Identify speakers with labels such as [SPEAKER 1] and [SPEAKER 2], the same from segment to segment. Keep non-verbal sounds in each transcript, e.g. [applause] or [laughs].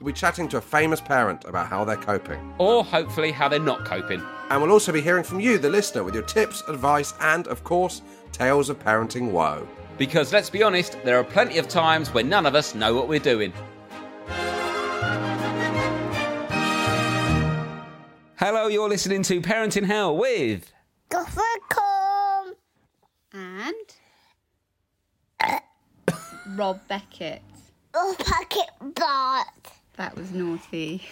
[SPEAKER 1] we'll be chatting to a famous parent about how they're coping.
[SPEAKER 2] Or hopefully how they're not coping.
[SPEAKER 1] And we'll also be hearing from you, the listener, with your tips, advice, and, of course, tales of parenting woe.
[SPEAKER 2] Because let's be honest, there are plenty of times when none of us know what we're doing. Hello, you're listening to Parent in Hell with.
[SPEAKER 3] Gothicum.
[SPEAKER 4] And Rob Beckett.
[SPEAKER 3] Oh, packet Bart.
[SPEAKER 4] That was naughty.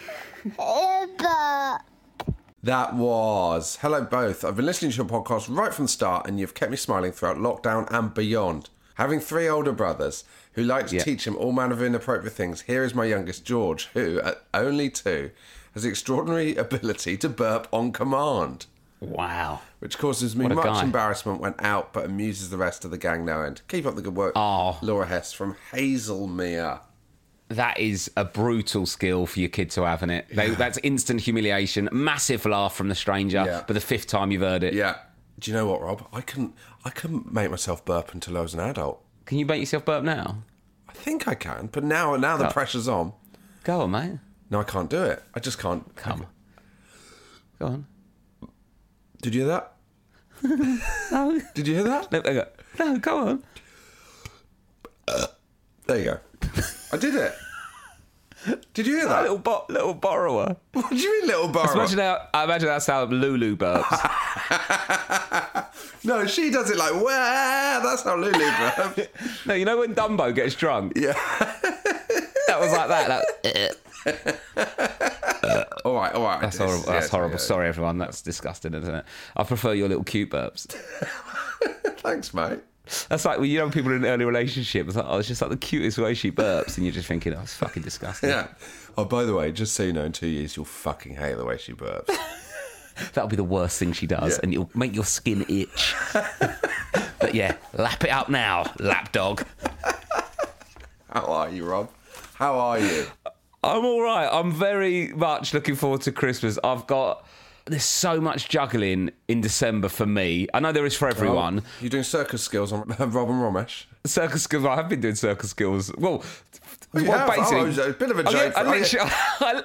[SPEAKER 3] Eh, Bart.
[SPEAKER 1] That was. Hello, both. I've been listening to your podcast right from the start, and you've kept me smiling throughout lockdown and beyond. Having three older brothers who like to
[SPEAKER 2] Yeah.
[SPEAKER 1] teach him all manner of inappropriate things, here is my youngest, George, who, at only two, has the extraordinary [laughs] ability to burp on command.
[SPEAKER 2] Wow.
[SPEAKER 1] which causes me
[SPEAKER 2] What a
[SPEAKER 1] much
[SPEAKER 2] guy.
[SPEAKER 1] embarrassment when out, but amuses the rest of the gang now. And keep up the good work,
[SPEAKER 2] Aw.
[SPEAKER 1] Laura Hess from Hazelmere.
[SPEAKER 2] That is a brutal skill for your kid to have, is it? They, That's instant humiliation, massive laugh from the stranger,
[SPEAKER 1] Yeah.
[SPEAKER 2] but the fifth time you've heard it.
[SPEAKER 1] Yeah. Do you know what, Rob? I couldn't. I couldn't make myself burp until I was an adult.
[SPEAKER 2] Can you make yourself burp now?
[SPEAKER 1] I think I can, but now, now the
[SPEAKER 2] Oh.
[SPEAKER 1] pressure's on.
[SPEAKER 2] Go on, mate.
[SPEAKER 1] No, I can't do it. I just can't.
[SPEAKER 2] Come. Go on.
[SPEAKER 1] Did you hear that?
[SPEAKER 2] No.
[SPEAKER 1] Did you hear that?
[SPEAKER 2] No, they go, no, go on. [laughs]
[SPEAKER 1] There you go. I did it. Did you hear that?
[SPEAKER 2] Little bo- little borrower.
[SPEAKER 1] [laughs] What do you mean, little burp?
[SPEAKER 2] Imagine how, I imagine that's how Lulu burps.
[SPEAKER 1] [laughs] No, she does it like wah. That's how Lulu
[SPEAKER 2] [laughs]
[SPEAKER 1] burps.
[SPEAKER 2] no, you know when Dumbo gets drunk?
[SPEAKER 1] yeah.
[SPEAKER 2] That was like that.
[SPEAKER 1] [laughs]
[SPEAKER 2] that-
[SPEAKER 1] All right. All right.
[SPEAKER 2] that's horrible. that's horrible. Sorry, everyone. That's disgusting, isn't it? I prefer your little cute burps.
[SPEAKER 1] Thanks, mate.
[SPEAKER 2] That's like, when you know, when people are in an early relationship. It's like, oh, it's just like the cutest way she burps. And you're just thinking, oh, it's fucking disgusting.
[SPEAKER 1] Yeah. Oh, by the way, just so you know, in two years you'll fucking hate the way
[SPEAKER 2] [laughs]
[SPEAKER 1] she burps.
[SPEAKER 2] That'll be the worst thing she does.
[SPEAKER 1] Yeah.
[SPEAKER 2] And it'll make your skin [laughs] itch. but yeah, lap it up now, lapdog.
[SPEAKER 1] How are you, Rob? How are you?
[SPEAKER 2] I'm all right. I'm very much looking forward to Christmas. I've got there's so much juggling in December for me. I know there is for everyone.
[SPEAKER 1] You're doing circus skills on [laughs] Rob and Romesh.
[SPEAKER 2] Circus skills. I have been doing circus skills. Well,
[SPEAKER 1] you
[SPEAKER 2] well,
[SPEAKER 1] have? Oh, it was a bit of a
[SPEAKER 2] Oh, yeah,
[SPEAKER 1] joke.
[SPEAKER 2] I
[SPEAKER 1] Oh, yeah.
[SPEAKER 2] literally- [laughs] I-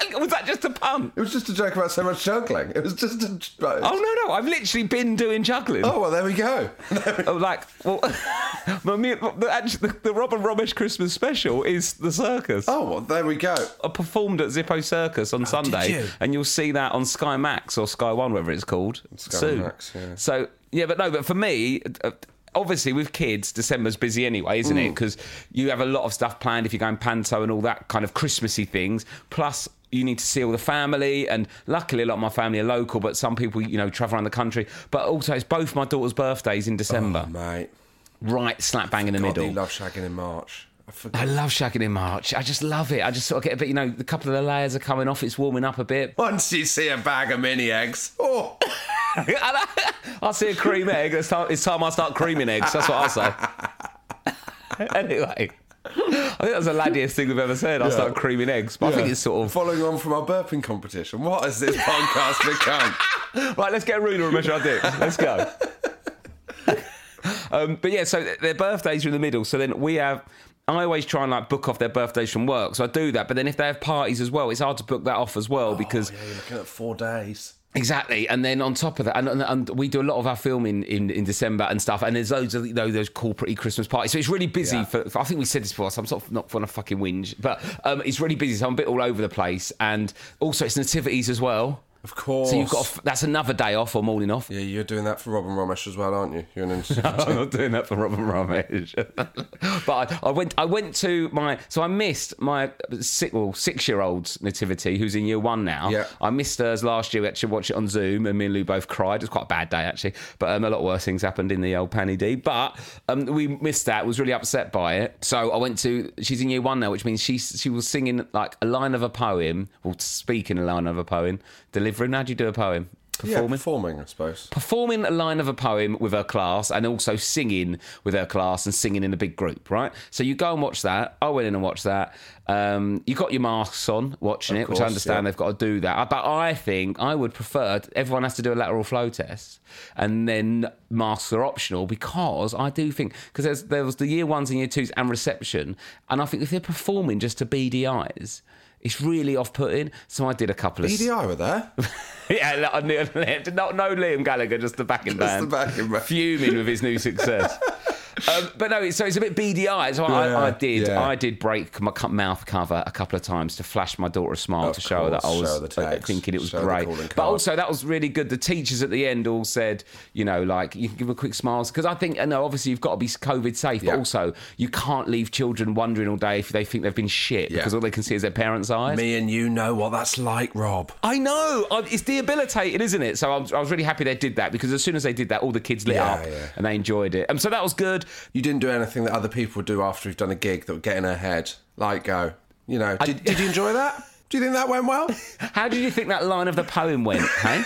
[SPEAKER 2] [laughs] was that just a pun?
[SPEAKER 1] It was just a joke about so much juggling. It was just a.
[SPEAKER 2] Oh
[SPEAKER 1] Oh,
[SPEAKER 2] no, no! I've literally been doing juggling.
[SPEAKER 1] well, there we go. [laughs]
[SPEAKER 2] Oh, like, well, [laughs] my, mu- the, actually, the, the Robin Romesh Christmas special is the circus.
[SPEAKER 1] oh, well, there we go.
[SPEAKER 2] I performed at Zippo Circus on Sunday,
[SPEAKER 1] you?
[SPEAKER 2] and you'll see that on Sky Max or Sky One, whatever it's called.
[SPEAKER 1] Sky
[SPEAKER 2] soon.
[SPEAKER 1] Max, yeah.
[SPEAKER 2] So yeah, but no, but for me. uh, Obviously, with kids, December's busy anyway, isn't
[SPEAKER 1] Mm.
[SPEAKER 2] it? Because you have a lot of stuff planned if you're going panto and all that kind of Christmassy things. Plus, you need to see all the family, and luckily, a lot of my family are local, but some people, you know, travel around the country. But also, it's both my daughter's birthdays in December,
[SPEAKER 1] Mate,
[SPEAKER 2] right slap bang in the
[SPEAKER 1] God,
[SPEAKER 2] Oh, middle.
[SPEAKER 1] you love shagging in March. I forgot.
[SPEAKER 2] I love shagging in March. I just love it. I just sort of get a bit, you know, a couple of the layers are coming off. It's warming up a bit. [laughs]
[SPEAKER 1] Once you see a bag of mini eggs, oh,
[SPEAKER 2] I see a cream egg. It's time, it's time I start creaming eggs. That's what I say. [laughs] anyway, I think that's the laddiest thing we've ever said. I start creaming eggs, but I think it's sort of
[SPEAKER 1] following on from our burping competition. What has this
[SPEAKER 2] [laughs]
[SPEAKER 1] podcast become?
[SPEAKER 2] right. Let's get a ruler and measure our dicks. Let's go. [laughs] Um, but yeah, so th- their birthdays are in the middle. So then we have. I always try and like book off their birthdays from work, so I do that. But then if they have parties as well, it's hard to book that off as well because
[SPEAKER 1] Oh, yeah, you're looking at four days.
[SPEAKER 2] Exactly, and then on top of that, and, and, and we do a lot of our filming in, in December and stuff. And there's loads of you know, those corporate Christmas parties, so it's really busy.
[SPEAKER 1] Yeah.
[SPEAKER 2] For, for- I think we said this before, so I'm sort of not want to fucking whinge, but um, it's really busy. So I'm a bit all over the place, and also it's nativities as well.
[SPEAKER 1] Of course.
[SPEAKER 2] So you've got a f that's another day off or morning off.
[SPEAKER 1] Yeah, you're doing that for Robin Romesh as well, aren't you?
[SPEAKER 2] [laughs]
[SPEAKER 1] You're an institute.
[SPEAKER 2] I'm not doing that for Robin Ramesh. [laughs] but I, I went. I went to my. So I missed my six, well, six-year-old's nativity, who's in year one now.
[SPEAKER 1] Yeah.
[SPEAKER 2] I missed hers last year. We actually watched it on Zoom, and me and Lou both cried. It was quite a bad day actually, but um, a lot worse things happened in the old panny D. But um, we missed that. Was really upset by it. So I went to. She's in year one now, which means she she was singing like a line of a poem, or speaking a line of a poem, delivering. How do you do a poem?
[SPEAKER 1] Yeah,
[SPEAKER 2] performing.
[SPEAKER 1] performing, I suppose.
[SPEAKER 2] performing a line of a poem with her class and also singing with her class and singing in a big group, right? So you go and watch that. I went in and watched that. Um, you got your masks on watching it, which I
[SPEAKER 1] course,
[SPEAKER 2] understand
[SPEAKER 1] yeah.
[SPEAKER 2] they've got to do that. I- But I think I would prefer everyone has to do a lateral flow test and then masks are optional because I do think, because there was the year ones and year twos and reception. And I think if they're performing just to BDIs, it's really off putting. So I did a couple of.
[SPEAKER 1] EDI
[SPEAKER 2] [laughs]
[SPEAKER 1] were there.
[SPEAKER 2] Yeah, like, no, [laughs] no, no Liam Gallagher, just the backing band.
[SPEAKER 1] backing band.
[SPEAKER 2] Fuming with his
[SPEAKER 1] [laughs]
[SPEAKER 2] new success. um, but no, it's- so it's a bit BDI. So
[SPEAKER 1] Yeah,
[SPEAKER 2] I, I did,
[SPEAKER 1] yeah.
[SPEAKER 2] I did break my cu- mouth cover a couple of times to flash my daughter a smile
[SPEAKER 1] Of
[SPEAKER 2] to show her that I
[SPEAKER 1] course,
[SPEAKER 2] was
[SPEAKER 1] show the tags,
[SPEAKER 2] uh, thinking it was
[SPEAKER 1] show the
[SPEAKER 2] great.
[SPEAKER 1] calling
[SPEAKER 2] But
[SPEAKER 1] card.
[SPEAKER 2] also that was really good. The teachers at the end all said, you know, like you can give them quick smiles because I think, and obviously you've got to be COVID safe,
[SPEAKER 1] Yeah.
[SPEAKER 2] but also you can't leave children wondering all day if they think they've been shit
[SPEAKER 1] Yeah.
[SPEAKER 2] because all they can see is their parents' eyes.
[SPEAKER 1] Me and you know what that's like, Rob.
[SPEAKER 2] I know. I- It's debilitating, isn't it? So I was, I was really happy they did that because as soon as they did that, all the kids lit
[SPEAKER 1] Yeah,
[SPEAKER 2] up
[SPEAKER 1] yeah.
[SPEAKER 2] and they enjoyed it. And so that was good.
[SPEAKER 1] You didn't do anything that other people do after you've done a gig that would get in her head. Like, go, you know, did, did you enjoy that? Do you think that
[SPEAKER 2] [laughs]
[SPEAKER 1] went well?
[SPEAKER 2] How did you think that line of the poem went, hey?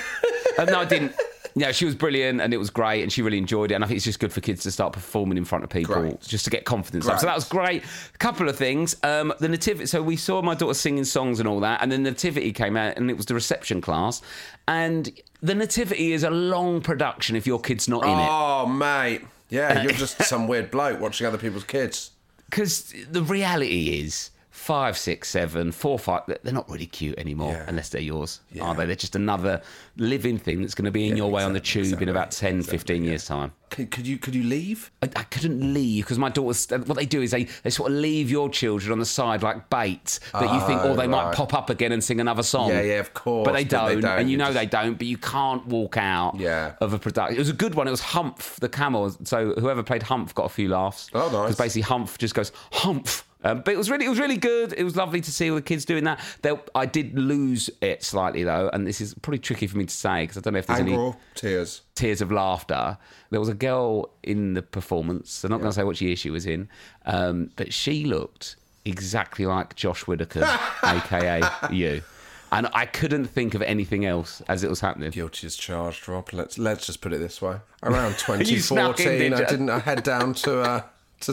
[SPEAKER 2] um, no, I didn't. Yeah, she was brilliant and it was great and she really enjoyed it. And I think it's just good for kids to start performing in front of people
[SPEAKER 1] Great.
[SPEAKER 2] just to get confidence up. So
[SPEAKER 1] Great.
[SPEAKER 2] that was great. A couple of things. Um, the nativity. So we saw my daughter singing songs and all that. And the nativity came out and it was the reception class. And the nativity is a long production if your kid's not in it.
[SPEAKER 1] Oh, mate.
[SPEAKER 2] [laughs]
[SPEAKER 1] Yeah, you're just some weird bloke watching other people's kids.
[SPEAKER 2] because the reality is five, six, seven, four, five. they- They're not really cute anymore
[SPEAKER 1] Yeah.
[SPEAKER 2] unless they're yours, are they? They're just another living thing that's going to be in your way on the tube in about 10, 15 years' time.
[SPEAKER 1] Could, could you could you leave?
[SPEAKER 2] I, I couldn't leave because my daughters. What they do is they, they sort of leave your children on the side like bait that you think, oh,
[SPEAKER 1] Oh,
[SPEAKER 2] they might
[SPEAKER 1] right.
[SPEAKER 2] pop up again and sing another song.
[SPEAKER 1] Yeah, yeah, of course,
[SPEAKER 2] But they
[SPEAKER 1] but
[SPEAKER 2] don't,
[SPEAKER 1] they don't.
[SPEAKER 2] and you
[SPEAKER 1] You
[SPEAKER 2] know
[SPEAKER 1] just-
[SPEAKER 2] they don't. But you can't walk out
[SPEAKER 1] Yeah.
[SPEAKER 2] of a production. It was a good one. It was Humph the camel. So whoever played Humph got a few laughs.
[SPEAKER 1] Oh, nice.
[SPEAKER 2] Because basically Humph just goes Humph. Um, but it was really, it was really good. It was lovely to see all the kids doing that. They, I did lose it slightly though, and this is probably tricky for me to say because I don't know if there's
[SPEAKER 1] Anger
[SPEAKER 2] any
[SPEAKER 1] or tears?
[SPEAKER 2] tears of laughter. There was a girl in the performance. I'm not going to say what year she was in, um, but she looked exactly like Josh
[SPEAKER 1] [laughs]
[SPEAKER 2] Whitaker, aka you. And I couldn't think of anything else as it was happening.
[SPEAKER 1] Guilty as charged, Rob. Let's let's just put it this way.
[SPEAKER 2] [laughs]
[SPEAKER 1] Around
[SPEAKER 2] snuck in,
[SPEAKER 1] 2014,
[SPEAKER 2] did
[SPEAKER 1] I
[SPEAKER 2] you?
[SPEAKER 1] didn't. I head down to uh, to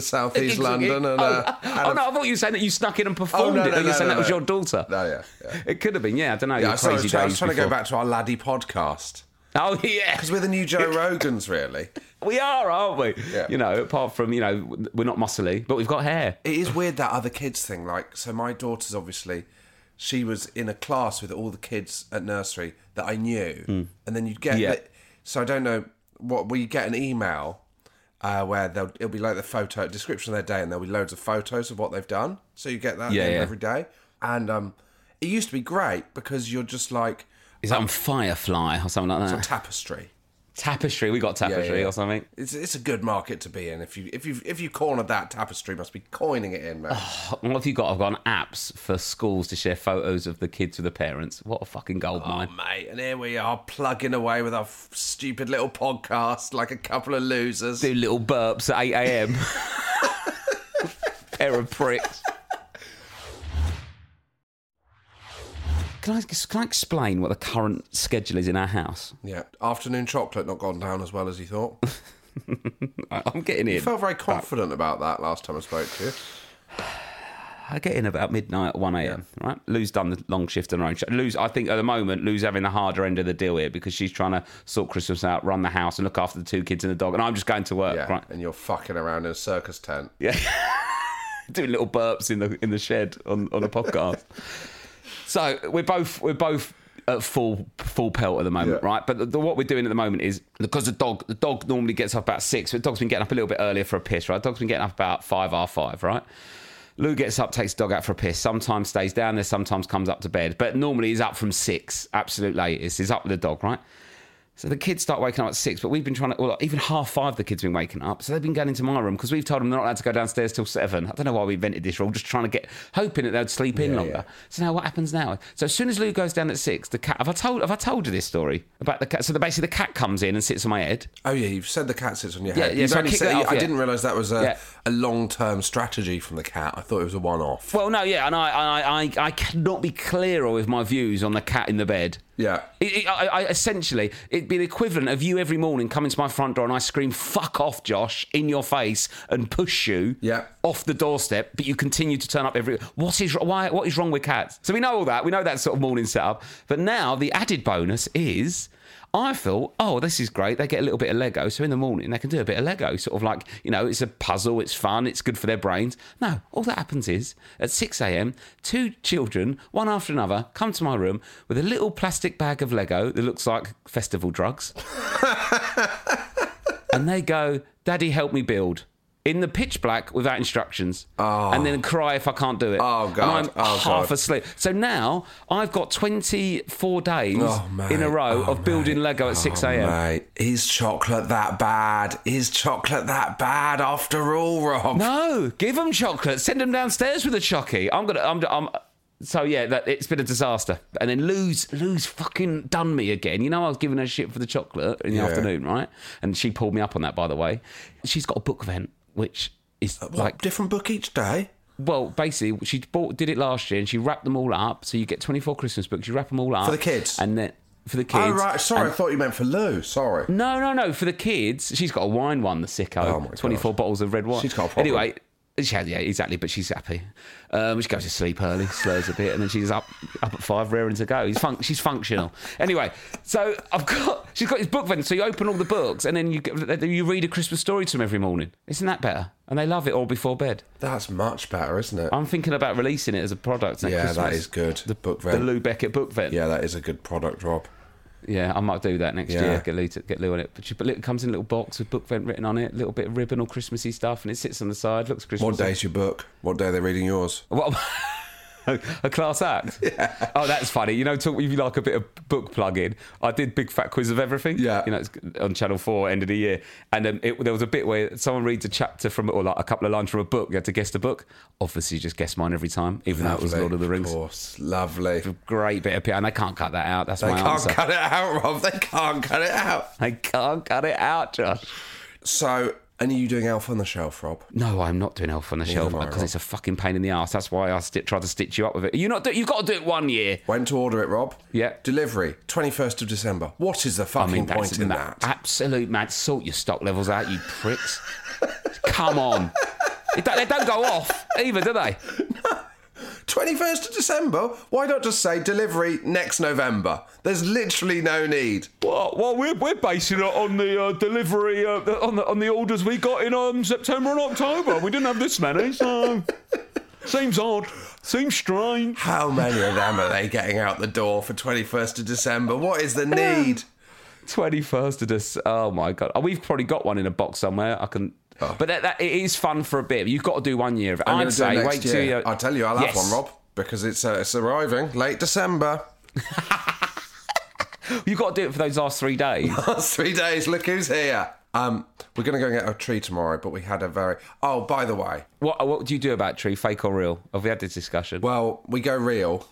[SPEAKER 2] [laughs]
[SPEAKER 1] southeast London and.
[SPEAKER 2] oh,
[SPEAKER 1] Uh, had
[SPEAKER 2] oh
[SPEAKER 1] a- Oh,
[SPEAKER 2] no, I thought you were saying that you snuck in and performed
[SPEAKER 1] no,
[SPEAKER 2] it,
[SPEAKER 1] no,
[SPEAKER 2] and you
[SPEAKER 1] no,
[SPEAKER 2] saying
[SPEAKER 1] no,
[SPEAKER 2] that was
[SPEAKER 1] no.
[SPEAKER 2] your daughter.
[SPEAKER 1] No, yeah, yeah.
[SPEAKER 2] It could have been, yeah. I don't know.
[SPEAKER 1] Yeah,
[SPEAKER 2] your
[SPEAKER 1] I, sort of-
[SPEAKER 2] crazy
[SPEAKER 1] I was
[SPEAKER 2] days
[SPEAKER 1] trying to go
[SPEAKER 2] before.
[SPEAKER 1] back to our laddie podcast
[SPEAKER 2] Oh yeah,
[SPEAKER 1] because we're the new Joe Rogans, really.
[SPEAKER 2] we are, aren't we?
[SPEAKER 1] Yeah.
[SPEAKER 2] You know, apart from you know, we're not muscly, but we've got hair.
[SPEAKER 1] it is weird that other kids thing. Like, so my daughter's obviously, she was in a class with all the kids at nursery that I knew, and then you'd get.
[SPEAKER 2] Hmm. Yeah.
[SPEAKER 1] The, so I don't know what we get an email uh, where they'll it'll be like the photo description of their day, and there'll be loads of photos of what they've done. So you get that at the
[SPEAKER 2] Yeah,
[SPEAKER 1] end of
[SPEAKER 2] yeah.
[SPEAKER 1] every day, and um, it used to be great because you're just like
[SPEAKER 2] Is that on Firefly or something like that?
[SPEAKER 1] tapestry.
[SPEAKER 2] Tapestry, we got tapestry
[SPEAKER 1] yeah.
[SPEAKER 2] or something.
[SPEAKER 1] It's, it's a good market to be in if you if you if you cornered that tapestry must be coining it in man.
[SPEAKER 2] What have you got? I've got an apps for schools to share photos of the kids with the parents. What a fucking goldmine.
[SPEAKER 1] Oh, mate, and here we are plugging away with our f- stupid little podcast like a couple of losers.
[SPEAKER 2] Do little burps at 8 a.m. Pair of pricks. Can I, can I explain what the current schedule is in our house?
[SPEAKER 1] Yeah, afternoon chocolate not gone down as well as you
[SPEAKER 2] [laughs]
[SPEAKER 1] thought.
[SPEAKER 2] I- I'm getting in.
[SPEAKER 1] You felt very confident about that last time I spoke to you.
[SPEAKER 2] I get in about midnight, one a.m. Right, Lou's done the long shift and her own. sh- Lou's, I think, at the moment, Lou's having the harder end of the deal here because she's trying to sort Christmas out, run the house, and look after the two kids and the dog, and I'm just going to work.
[SPEAKER 1] Yeah,
[SPEAKER 2] Right,
[SPEAKER 1] and you're fucking around in a circus tent.
[SPEAKER 2] yeah, [laughs] doing little burps in the in the shed on on a podcast. so we're both we're both at full full pelt at the moment,
[SPEAKER 1] Yeah.
[SPEAKER 2] right? But the, the- what we're doing at the moment is because the dog the dog normally gets up about six, but the dog's been getting up a little bit earlier for a piss, right? The dog's been getting up about five r five, right? Lou gets up, takes the dog out for a piss. Sometimes stays down there, sometimes comes up to bed, but normally he's up from six, absolute latest. He's up with the dog, right? So the kids start waking up at six, but we've been trying to, well, even half five the kids have been waking up. So they've been going into my room because we've told them they're not allowed to go downstairs till seven. I don't know why we invented this rule, just trying to get, hoping that they'd sleep in longer. So now what happens now? So as soon as Lou goes down at six, the cat, have I told, have I told you this story about the cat? So the, basically the cat comes in and sits on my head.
[SPEAKER 1] Oh yeah, you've said the cat sits on your
[SPEAKER 2] Yeah,
[SPEAKER 1] head.
[SPEAKER 2] yeah,
[SPEAKER 1] You've
[SPEAKER 2] so I
[SPEAKER 1] only
[SPEAKER 2] kicked
[SPEAKER 1] said-
[SPEAKER 2] it off,
[SPEAKER 1] I
[SPEAKER 2] yeah.
[SPEAKER 1] didn't realise that was a,
[SPEAKER 2] Yeah.
[SPEAKER 1] a long-term strategy from the cat. I thought it was a one-off.
[SPEAKER 2] Well, no, yeah, and I, I, I, I cannot be clearer with my views on the cat in the bed.
[SPEAKER 1] Yeah.
[SPEAKER 2] It, it, I, I, essentially, it'd be the equivalent of you every morning coming to my front door and I scream "fuck off, Josh" in your face and push you
[SPEAKER 1] Yeah.
[SPEAKER 2] off the doorstep, but you continue to turn up every. What is why? What is wrong with cats? So we know all that. We know that sort of morning setup. But now the added bonus is. I thought, oh, this is great. They get a little bit of Lego. So in the morning, they can do a bit of Lego. Sort of like, you know, it's a puzzle, it's fun, it's good for their brains. No, all that happens is at 6 a.m., two children, one after another, come to my room with a little plastic bag of Lego that looks like festival drugs. and they go, Daddy, help me build. In the pitch black without instructions, and then cry if I can't do it.
[SPEAKER 1] Oh, God.
[SPEAKER 2] And I'm
[SPEAKER 1] Oh,
[SPEAKER 2] half
[SPEAKER 1] God.
[SPEAKER 2] asleep. So now I've got 24 days
[SPEAKER 1] Oh, mate.
[SPEAKER 2] in a row
[SPEAKER 1] Oh,
[SPEAKER 2] of building
[SPEAKER 1] mate. Oh,
[SPEAKER 2] Lego at 6 a.m.
[SPEAKER 1] Mate, is chocolate that bad? Is chocolate that bad after all, Rob?
[SPEAKER 2] No, give them chocolate. Send them downstairs with a chockey. I'm gonna. I'm. I'm so yeah, that, it's been a disaster. And then Lou's Lou's fucking done me again. You know, I was giving her shit for the chocolate in the
[SPEAKER 1] Yeah.
[SPEAKER 2] afternoon, right? And she pulled me up on that, by the way. She's got a book vent, which is
[SPEAKER 1] Uh,
[SPEAKER 2] like
[SPEAKER 1] Like different book each day.
[SPEAKER 2] Well, basically, she bought did it last year, and she wrapped them all up. So you get twenty four Christmas books. You wrap them all up
[SPEAKER 1] the kids?
[SPEAKER 2] and then for the kids.
[SPEAKER 1] Oh right, sorry,
[SPEAKER 2] And-
[SPEAKER 1] I thought you meant for Lou. Sorry.
[SPEAKER 2] no, no, no. For the kids, she's got a wine one. The sicko,
[SPEAKER 1] Oh, my God.
[SPEAKER 2] twenty four bottles of red wine.
[SPEAKER 1] She's got a problem.
[SPEAKER 2] Anyway, she had, yeah, exactly. But she's happy. Um, she goes to sleep early, slurs a bit, and then she's up up at five, raring to go. He's func she's functional. Anyway, so I've got [laughs] she's got his book then. So you open all the books, and then you get- you read a Christmas story to them every morning. Isn't that better? And they love it all before bed.
[SPEAKER 1] That's much better, isn't it?
[SPEAKER 2] I'm thinking about releasing it as a product. next
[SPEAKER 1] yeah, that
[SPEAKER 2] Christmas.
[SPEAKER 1] is good. The book
[SPEAKER 2] The
[SPEAKER 1] vent.
[SPEAKER 2] Lou Beckett book vent. Yeah,
[SPEAKER 1] yeah, that is a good product, Rob.
[SPEAKER 2] I might do that next
[SPEAKER 1] Yeah.
[SPEAKER 2] year. Get Lou, to, get Lou on it. But, she, but it comes in a little box with book vent written on it, a little bit of ribbon or Christmassy stuff, and it sits on the side. Looks Christmas.
[SPEAKER 1] What day's your book? What day are they reading yours?
[SPEAKER 2] What, [laughs] a class
[SPEAKER 1] [laughs]
[SPEAKER 2] act. Oh, that's funny. You know, talk if you like a bit of book plug-in. I did Big Fat Quiz of Everything.
[SPEAKER 1] Yeah.
[SPEAKER 2] you know, it's on Channel Four, end of the year, and um, it, there was a bit where someone reads a chapter from or like a couple of lines from a book. You had to guess the book. Obviously, you just guess mine every time, even though it was
[SPEAKER 1] Lovely,
[SPEAKER 2] Lord of the Rings.
[SPEAKER 1] Of course, lovely. They
[SPEAKER 2] Great bit of PR, and they can't cut that out. That's my
[SPEAKER 1] can't
[SPEAKER 2] answer.
[SPEAKER 1] cut it out, Rob. They can't cut it out.
[SPEAKER 2] I can't cut it out, Josh.
[SPEAKER 1] So, and are you doing Elf on the Shelf, Rob?
[SPEAKER 2] No, I'm not doing Elf on the Shelf
[SPEAKER 1] am I,
[SPEAKER 2] because
[SPEAKER 1] Rob.
[SPEAKER 2] it's a fucking pain in the ass. That's why I sti try to stitch you up with it. You're not. Do- you've got to do it one year.
[SPEAKER 1] When to order it, Rob?
[SPEAKER 2] Yeah.
[SPEAKER 1] Delivery, 21st of December. What is the
[SPEAKER 2] I
[SPEAKER 1] fucking
[SPEAKER 2] mean, that's
[SPEAKER 1] point in that? [laughs]
[SPEAKER 2] absolute mad. Sort your stock levels out, you pricks. Come on. It don't- they don't go off either, do they?
[SPEAKER 1] 21st of December? Why not just say delivery next November? There's literally no need.
[SPEAKER 2] Well, well we're, we're basing it on the uh, delivery uh, the- on the on the orders we got in um, September and October. We didn't have this many, [laughs] so seems odd. Seems strange.
[SPEAKER 1] How many of them are they getting out the door for 21st of December? What is the need?
[SPEAKER 2] 21st of this. Oh my God. Oh, we've probably got one in a box somewhere. I can. But that, that, it is fun for a bit. You've got to do one year of it.
[SPEAKER 1] Oh. I'm
[SPEAKER 2] Um, I'd
[SPEAKER 1] gonna do it
[SPEAKER 2] say
[SPEAKER 1] next
[SPEAKER 2] wait
[SPEAKER 1] year.
[SPEAKER 2] till you.
[SPEAKER 1] I'll tell you, I'll
[SPEAKER 2] Yes.
[SPEAKER 1] have one, Rob, because it's, uh, it's arriving late December. [laughs]
[SPEAKER 2] You've got to do it for those last three days. [laughs]
[SPEAKER 1] Last three days, look who's here. Um, we're going to go and get a tree tomorrow, but we had a very. Oh, by the way,
[SPEAKER 2] what What do you do about tree, fake or real? Have we had this discussion?
[SPEAKER 1] Well, we go real,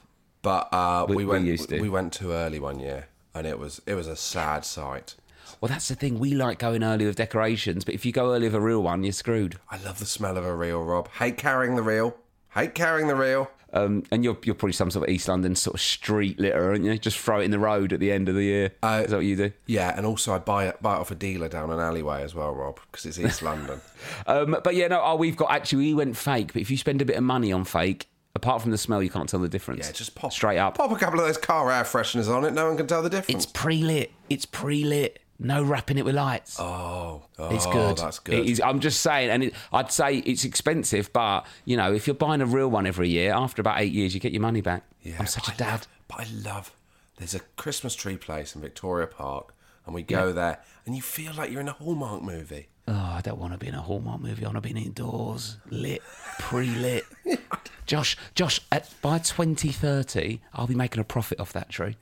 [SPEAKER 1] but uh, we,
[SPEAKER 2] we
[SPEAKER 1] went
[SPEAKER 2] used to.
[SPEAKER 1] we went too early one year, and it was it was a sad sight.
[SPEAKER 2] Well, that's the thing. We like going early with decorations, but if you go early with a real one, you're screwed.
[SPEAKER 1] I love the smell of a reel, Rob. Hate carrying the reel. Hate carrying the reel.
[SPEAKER 2] Um, and you're you're probably some sort of East London sort of street litter, aren't you? Just throw it in the road at the end of the year.
[SPEAKER 1] Uh,
[SPEAKER 2] Is that what you do?
[SPEAKER 1] Yeah, and also I buy it buy it off a dealer down an alleyway as well, Rob, because it's
[SPEAKER 2] [laughs]
[SPEAKER 1] East London.
[SPEAKER 2] Um, but yeah, no. Oh, we've got actually we went fake. But if you spend a bit of money on fake, apart from the smell, you can't tell the difference.
[SPEAKER 1] Yeah, just pop
[SPEAKER 2] straight up.
[SPEAKER 1] Pop a couple of those car air fresheners on it. No one can tell the difference.
[SPEAKER 2] It's pre lit. It's pre lit. No wrapping it with lights.
[SPEAKER 1] oh, oh,
[SPEAKER 2] It's good.
[SPEAKER 1] That's good.
[SPEAKER 2] It is, I'm just saying, and it, I'd say it's expensive, but you know, if you're buying a real one every year, after about eight years, you get your money back.
[SPEAKER 1] Yeah,
[SPEAKER 2] I'm such a
[SPEAKER 1] but I
[SPEAKER 2] dad.
[SPEAKER 1] love- but I love. There's a Christmas tree place in Victoria Park, and we go there, and you feel like you're in a Hallmark movie.
[SPEAKER 2] Oh, I don't want to be in a Hallmark movie. I want to be indoors, lit, [laughs] pre-lit. Josh, Josh, at, by 2030, I'll be making a profit off that [laughs] tree.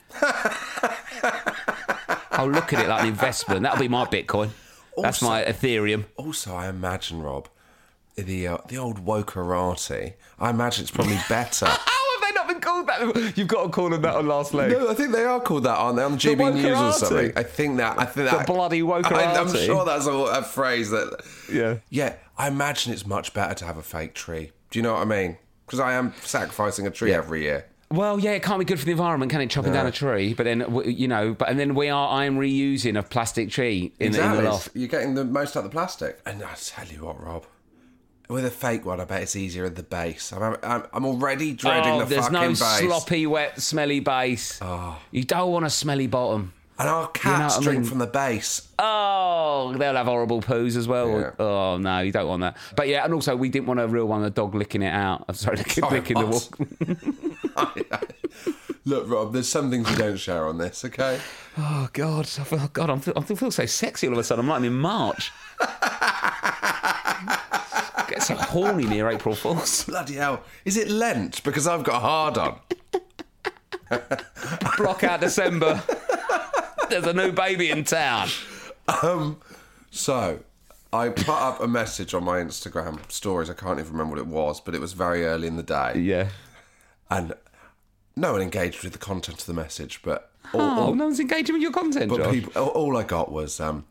[SPEAKER 2] I'll look at it like an investment. That'll be my Bitcoin. That's
[SPEAKER 1] Also-
[SPEAKER 2] my Ethereum.
[SPEAKER 1] Also, I imagine Rob, the uh, the old wokerati. I imagine it's probably
[SPEAKER 2] [laughs]
[SPEAKER 1] better.
[SPEAKER 2] How have they not been called that? You've got to call them that on last leg.
[SPEAKER 1] no, I think they are called that, aren't they? On the GB News or
[SPEAKER 2] wokerati.
[SPEAKER 1] something. I think that. I think
[SPEAKER 2] The
[SPEAKER 1] that.
[SPEAKER 2] bloody
[SPEAKER 1] I, I'm
[SPEAKER 2] wokerati.
[SPEAKER 1] sure that's a, a phrase that.
[SPEAKER 2] Yeah.
[SPEAKER 1] Yeah, I imagine it's much better to have a fake tree. Do you know what I mean? Because I am sacrificing a tree every year.
[SPEAKER 2] Well, yeah, it can't be good for the environment, can it? Chopping down a tree, but then w- you know, but and then we are. I am reusing a plastic tree in, the- in
[SPEAKER 1] Exactly.
[SPEAKER 2] the loft.
[SPEAKER 1] You're getting the most out of the plastic. And I tell you what, Rob, with a fake one, I bet it's easier in the base. I'm, I'm, I'm already dreading
[SPEAKER 2] Oh,
[SPEAKER 1] the
[SPEAKER 2] there's
[SPEAKER 1] fucking
[SPEAKER 2] no
[SPEAKER 1] base. Oh.
[SPEAKER 2] sloppy, wet, smelly base. You don't want a smelly bottom.
[SPEAKER 1] And our cats
[SPEAKER 2] what I
[SPEAKER 1] drink
[SPEAKER 2] mean?
[SPEAKER 1] from the base.
[SPEAKER 2] Oh, they'll have horrible poos as well.
[SPEAKER 1] Yeah.
[SPEAKER 2] Oh no, you don't want that. But yeah, and also we didn't want a real one, a dog licking it out. I'm sorry, licking,
[SPEAKER 1] Sorry,
[SPEAKER 2] licking the wall. [laughs]
[SPEAKER 1] what? [laughs] Look, Rob, there's some things we don't share on this, okay?
[SPEAKER 2] Oh god, I feel, god, I'm feel, I feel so sexy all of a sudden. I'm like I'm in
[SPEAKER 1] [laughs]
[SPEAKER 2] March. Get so horny near April Fools. [laughs]
[SPEAKER 1] Bloody hell. Is it Lent? Because I've got a hard on.
[SPEAKER 2] Block out December. [laughs] There's a new baby in town.
[SPEAKER 1] Um, So I put up a message on my Instagram stories. I can't even remember what it was, but it was very early in the day.
[SPEAKER 2] Yeah.
[SPEAKER 1] And no one engaged with the content of the message, but all,
[SPEAKER 2] Oh, no one's engaging with your content,
[SPEAKER 1] but
[SPEAKER 2] Josh.
[SPEAKER 1] people, all, all I got was, um,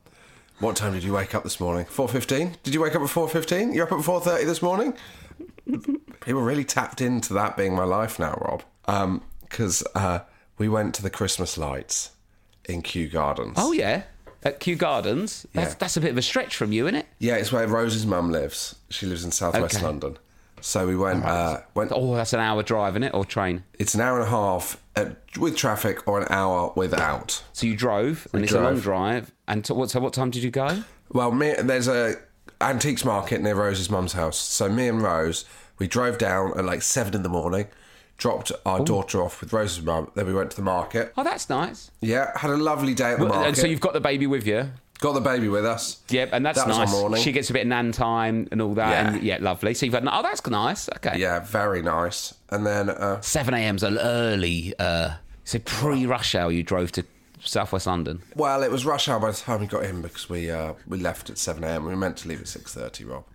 [SPEAKER 1] what time did you wake up this morning? 4.15? Did you wake up at 4.15? You're up at 4.30 this morning? people really tapped into that being my life now, Rob. Because uh, we went to the Christmas lights in Kew Gardens.
[SPEAKER 2] Oh yeah. At Kew Gardens. That's,
[SPEAKER 1] Yeah.
[SPEAKER 2] that's a bit of a stretch from you, isn't it?
[SPEAKER 1] Yeah, it's where Rose's mum lives. She lives in southwest
[SPEAKER 2] Okay.
[SPEAKER 1] London. So we went. Uh, went.
[SPEAKER 2] Oh, that's an hour drive, is it? Or train.
[SPEAKER 1] It's an hour and a half uh with traffic, or an hour without.
[SPEAKER 2] So you drove, and it's a long
[SPEAKER 1] drove.
[SPEAKER 2] drive. And to, what, so what time did you go?
[SPEAKER 1] Well, me, there's a antiques market near Rose's mum's house. So me and Rose, we drove down at like seven in the morning, dropped our daughter off with Rose's mum. Then we went to the market.
[SPEAKER 2] Oh, that's nice.
[SPEAKER 1] Yeah, had a lovely day at the market.
[SPEAKER 2] And uh, so you've got the baby with you.
[SPEAKER 1] got the baby with us.
[SPEAKER 2] Yep, and that's
[SPEAKER 1] That was our
[SPEAKER 2] nice.
[SPEAKER 1] morning.
[SPEAKER 2] She gets a bit of nan time and all that.
[SPEAKER 1] Yeah.
[SPEAKER 2] And yeah, lovely. So you've had, oh, that's nice. Okay.
[SPEAKER 1] Yeah, very nice. And then uh,
[SPEAKER 2] 7 a.m.'s an early, uh, so pre rush hour you drove to southwest London.
[SPEAKER 1] Well, it was rush hour by the time we got in because we uh, we left at seven a.m. We were meant to leave at six thirty, Rob.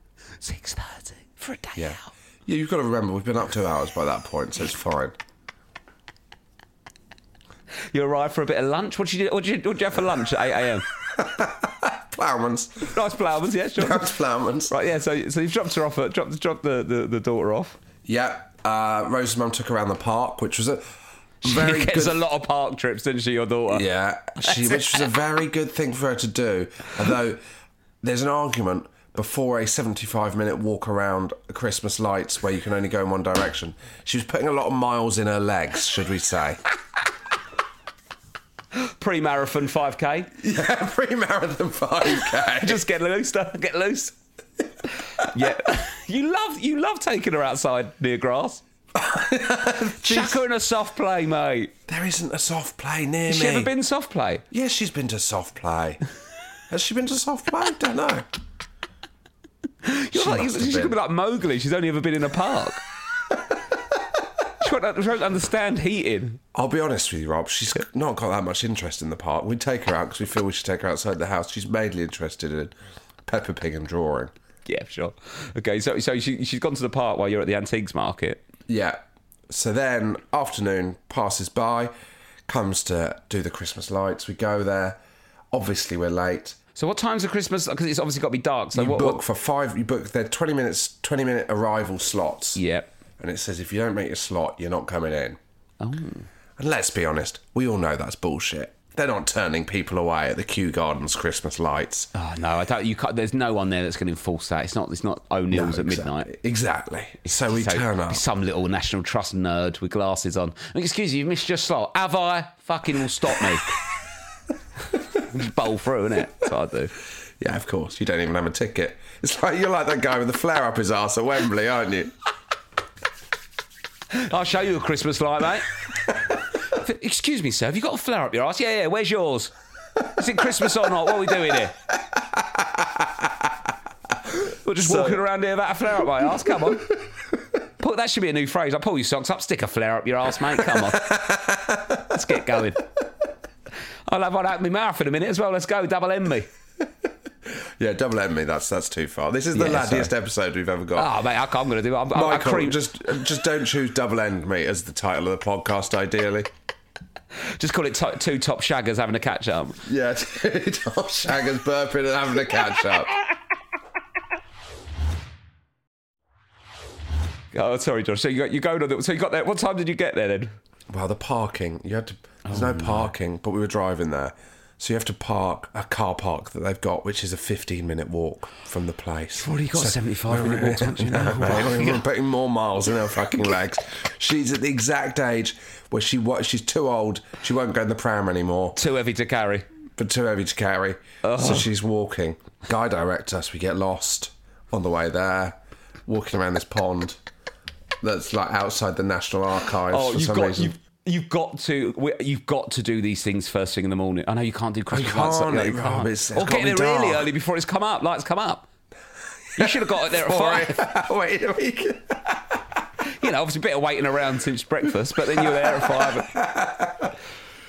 [SPEAKER 2] 6.30 for a day
[SPEAKER 1] Yeah.
[SPEAKER 2] out.
[SPEAKER 1] Yeah, you've got to remember we've been up two hours by that point, so it's fine.
[SPEAKER 2] You arrived for a bit of lunch. What did you do? What did you, what did you have for lunch at 8 a.m.?
[SPEAKER 1] Plowman's,
[SPEAKER 2] [laughs] nice flowers, yeah, sure.
[SPEAKER 1] that's Plowman's.
[SPEAKER 2] Right, yeah, so, so you've dropped her off, at- dropped, dropped the, the, the daughter off.
[SPEAKER 1] Yeah, uh, Rose's mum took around the park, which was a [laughs] very
[SPEAKER 2] she gets
[SPEAKER 1] good.
[SPEAKER 2] a lot of park trips, doesn't she, your daughter?
[SPEAKER 1] Yeah, she, which was a very good thing for her to do. Although there's an argument before a 75 minute walk around Christmas lights where you can only go in one direction. She was putting a lot of miles in her legs, should
[SPEAKER 2] [laughs]
[SPEAKER 1] we say?
[SPEAKER 2] Pre marathon 5K.
[SPEAKER 1] Yeah, pre marathon [laughs] 5K.
[SPEAKER 2] just get loose, don't get
[SPEAKER 1] [laughs]
[SPEAKER 2] loose. yeah, [laughs] you love you love taking her outside near
[SPEAKER 1] [laughs]
[SPEAKER 2] grass. Chuck her in a soft play, mate.
[SPEAKER 1] There isn't a soft play near
[SPEAKER 2] Has
[SPEAKER 1] me.
[SPEAKER 2] she ever been soft play?
[SPEAKER 1] Yeah, she's been to soft play. Has she been to soft play? I don't know.
[SPEAKER 2] You're like,
[SPEAKER 1] must have
[SPEAKER 2] she's
[SPEAKER 1] been.
[SPEAKER 2] gonna be like Mowgli. She's only ever been in a
[SPEAKER 1] [laughs]
[SPEAKER 2] park. she, won't, she won't understand heating.
[SPEAKER 1] I'll be honest with you, Rob. She's not got that much interest in the park. We take her out because we feel we should take her outside the house. She's mainly interested in Peppa Pig and drawing.
[SPEAKER 2] Yeah, sure. Okay, so so she she's gone to the park while you're at the antiques market.
[SPEAKER 1] Yeah. So then afternoon passes by, comes to do the Christmas lights. We go there. Obviously, we're late.
[SPEAKER 2] So what time's the Christmas? Because it's obviously got to be dark. So
[SPEAKER 1] You
[SPEAKER 2] what?
[SPEAKER 1] book
[SPEAKER 2] what
[SPEAKER 1] for five. You book their twenty minutes, twenty minute arrival slots.
[SPEAKER 2] yeah.
[SPEAKER 1] and it says if you don't make your slot, you're not coming in.
[SPEAKER 2] Oh.
[SPEAKER 1] And let's be honest, we all know that's bullshit. They're not turning people away at the Kew Gardens Christmas lights.
[SPEAKER 2] Oh no, I don't. You can't, there's no one there that's going to enforce that. It's not. It's not O'Neill's at
[SPEAKER 1] Exactly-
[SPEAKER 2] midnight.
[SPEAKER 1] Exactly. So we
[SPEAKER 2] So,
[SPEAKER 1] turn up.
[SPEAKER 2] Some little National Trust nerd with glasses on. Oh, Excuse you, you missed your slot. Have I? Fucking will stop me.
[SPEAKER 1] [laughs]
[SPEAKER 2] Just bowl through, innit? That's what I do.
[SPEAKER 1] Yeah, of course. You don't even have a ticket. It's like you're like that guy with the flare up his ass at Wembley, aren't you?
[SPEAKER 2] I'll show you a Christmas light, mate. F- [laughs] Excuse me, sir. Have you got a flare up your ass? Yeah, yeah. Where's yours? Is it Christmas or not? What are we doing here? We're just
[SPEAKER 1] So-
[SPEAKER 2] walking around here without a flare up my ass. Come on. Pull, that should be a new phrase. I'll pull your socks up, stick a flare up your ass, mate. Come on. Let's get going. I'll have one out of my mouth in a minute as well. Let's go. Double M me.
[SPEAKER 1] Yeah, double M me. That's that's too far. This is the
[SPEAKER 2] Yeah,
[SPEAKER 1] laddiest
[SPEAKER 2] sorry.
[SPEAKER 1] episode we've ever got.
[SPEAKER 2] Oh, mate, I, I'm going to do it. I'm, I'm, I
[SPEAKER 1] Michael,
[SPEAKER 2] cream, just,
[SPEAKER 1] just just don't choose double end me as the title of the
[SPEAKER 2] [laughs]
[SPEAKER 1] podcast, ideally.
[SPEAKER 2] just call it to- two top shaggers having a catch up.
[SPEAKER 1] [laughs] Yeah, dude, Tom Shaggers burping and having a catch up.
[SPEAKER 2] Oh, sorry, Josh. So you got you go to the, so you got there. What time did you get there then?
[SPEAKER 1] Well, the parking. You had to. There's
[SPEAKER 2] Oh,
[SPEAKER 1] no parking, but we were driving there, so you have to park a car park that they've got, which is a 15 minute walk from the place.
[SPEAKER 2] already got 75 minute walks, haven't you?
[SPEAKER 1] [laughs] No, mate, we're putting more miles in her fucking legs. She's at the exact age where she wa She's too old. She won't go in the pram anymore,
[SPEAKER 2] Too heavy to carry.
[SPEAKER 1] but too heavy to carry. So she's walking. Guy directs us. We get lost on the way there, walking around this pond that's like outside the National Archives
[SPEAKER 2] Oh,
[SPEAKER 1] for
[SPEAKER 2] you've
[SPEAKER 1] some
[SPEAKER 2] got
[SPEAKER 1] reason.
[SPEAKER 2] you've, you've got to we- you've got to do these things first thing in the morning. I know you can't do Christmas lights.
[SPEAKER 1] can't,
[SPEAKER 2] no, you
[SPEAKER 1] Rob,
[SPEAKER 2] can't.
[SPEAKER 1] it's- it's
[SPEAKER 2] or
[SPEAKER 1] got
[SPEAKER 2] get
[SPEAKER 1] me
[SPEAKER 2] there really
[SPEAKER 1] dark.
[SPEAKER 2] early before it's come up. Lights come up. You should have got it there
[SPEAKER 1] [laughs]
[SPEAKER 2] at five.
[SPEAKER 1] Wait a week.
[SPEAKER 2] You know, obviously a bit of waiting around since breakfast, but then you were there at five.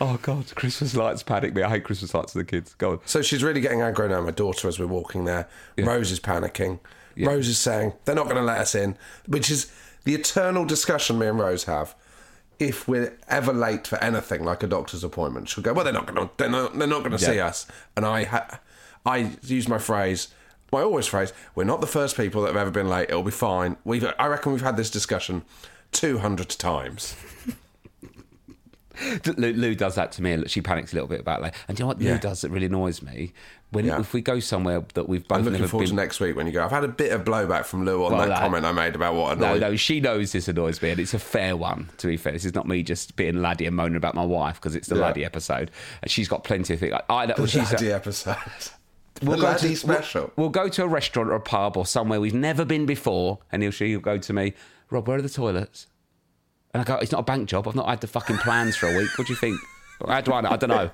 [SPEAKER 2] Oh God, Christmas lights panic me. I hate Christmas lights for the kids. Go on.
[SPEAKER 1] So she's really getting aggro now, my daughter, as we're walking there. Rose is panicking. Rose is saying, they're not going to let us in, which is the eternal discussion me and Rose have. If we're ever late for anything, like a doctor's appointment, she'll go, well, they're not going to, they're not, they're not going to see
[SPEAKER 2] Yeah.
[SPEAKER 1] us. And I, ha- I use my phrase, my always phrase, we're not the first people that have ever been late. It'll be fine. We've, I reckon we've had this discussion 200 times.
[SPEAKER 2] D- Lou, Lou does that to me. and She panics a little bit about like. And do you know what
[SPEAKER 1] Yeah.
[SPEAKER 2] Lou does that really annoys me? When
[SPEAKER 1] Yeah.
[SPEAKER 2] if we go somewhere that we've both
[SPEAKER 1] I'm looking
[SPEAKER 2] never
[SPEAKER 1] forward to
[SPEAKER 2] been.
[SPEAKER 1] next week when you go. I've had a bit of blowback from Lou on
[SPEAKER 2] Well,
[SPEAKER 1] that,
[SPEAKER 2] that-
[SPEAKER 1] comment I made about what
[SPEAKER 2] No,
[SPEAKER 1] annoyed
[SPEAKER 2] no, she knows this annoys me, and it's a fair one. To be fair, this is not me just being laddie and moaning about my wife because it's the
[SPEAKER 1] Yeah.
[SPEAKER 2] laddie episode, and she's got plenty of things. I, I know
[SPEAKER 1] [laughs]
[SPEAKER 2] well, she's a-
[SPEAKER 1] laddie episode. [laughs]
[SPEAKER 2] we'll
[SPEAKER 1] the
[SPEAKER 2] go
[SPEAKER 1] laddie
[SPEAKER 2] to-
[SPEAKER 1] special.
[SPEAKER 2] We'll, we'll go to a restaurant or a pub or somewhere we've never been before, and he'll she'll go to me, Rob, where are the toilets? And I go, it's not a bank job. I've not had the fucking plans for a week. What do you think? [laughs] How do I know? I don't know.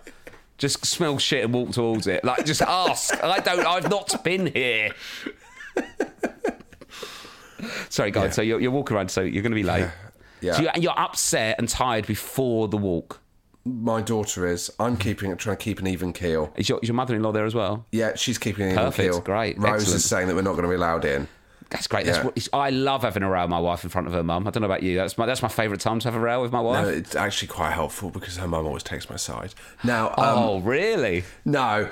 [SPEAKER 2] Just smell shit and walk towards it. Like, just ask. I don't. I've not been here. Sorry, guys. So you're, you're walking around. So you're going to be late.
[SPEAKER 1] Yeah.
[SPEAKER 2] So you're, and you're upset and tired before the walk.
[SPEAKER 1] My daughter is. I'm keeping trying to keep an even keel.
[SPEAKER 2] Is your, is your mother-in-law there as well?
[SPEAKER 1] Yeah, she's keeping an even
[SPEAKER 2] Perfect,
[SPEAKER 1] keel.
[SPEAKER 2] great,
[SPEAKER 1] Rose
[SPEAKER 2] excellent.
[SPEAKER 1] is saying that we're not going to be allowed in.
[SPEAKER 2] That's great. That's
[SPEAKER 1] Yeah.
[SPEAKER 2] what, it's, I love having a row with my wife in front of her mum. I don't know about you. That's my that's my favourite time to have a row with my wife.
[SPEAKER 1] No, Uh, it's actually quite helpful because her mum always takes my side. Now, um,
[SPEAKER 2] oh, really?
[SPEAKER 1] no,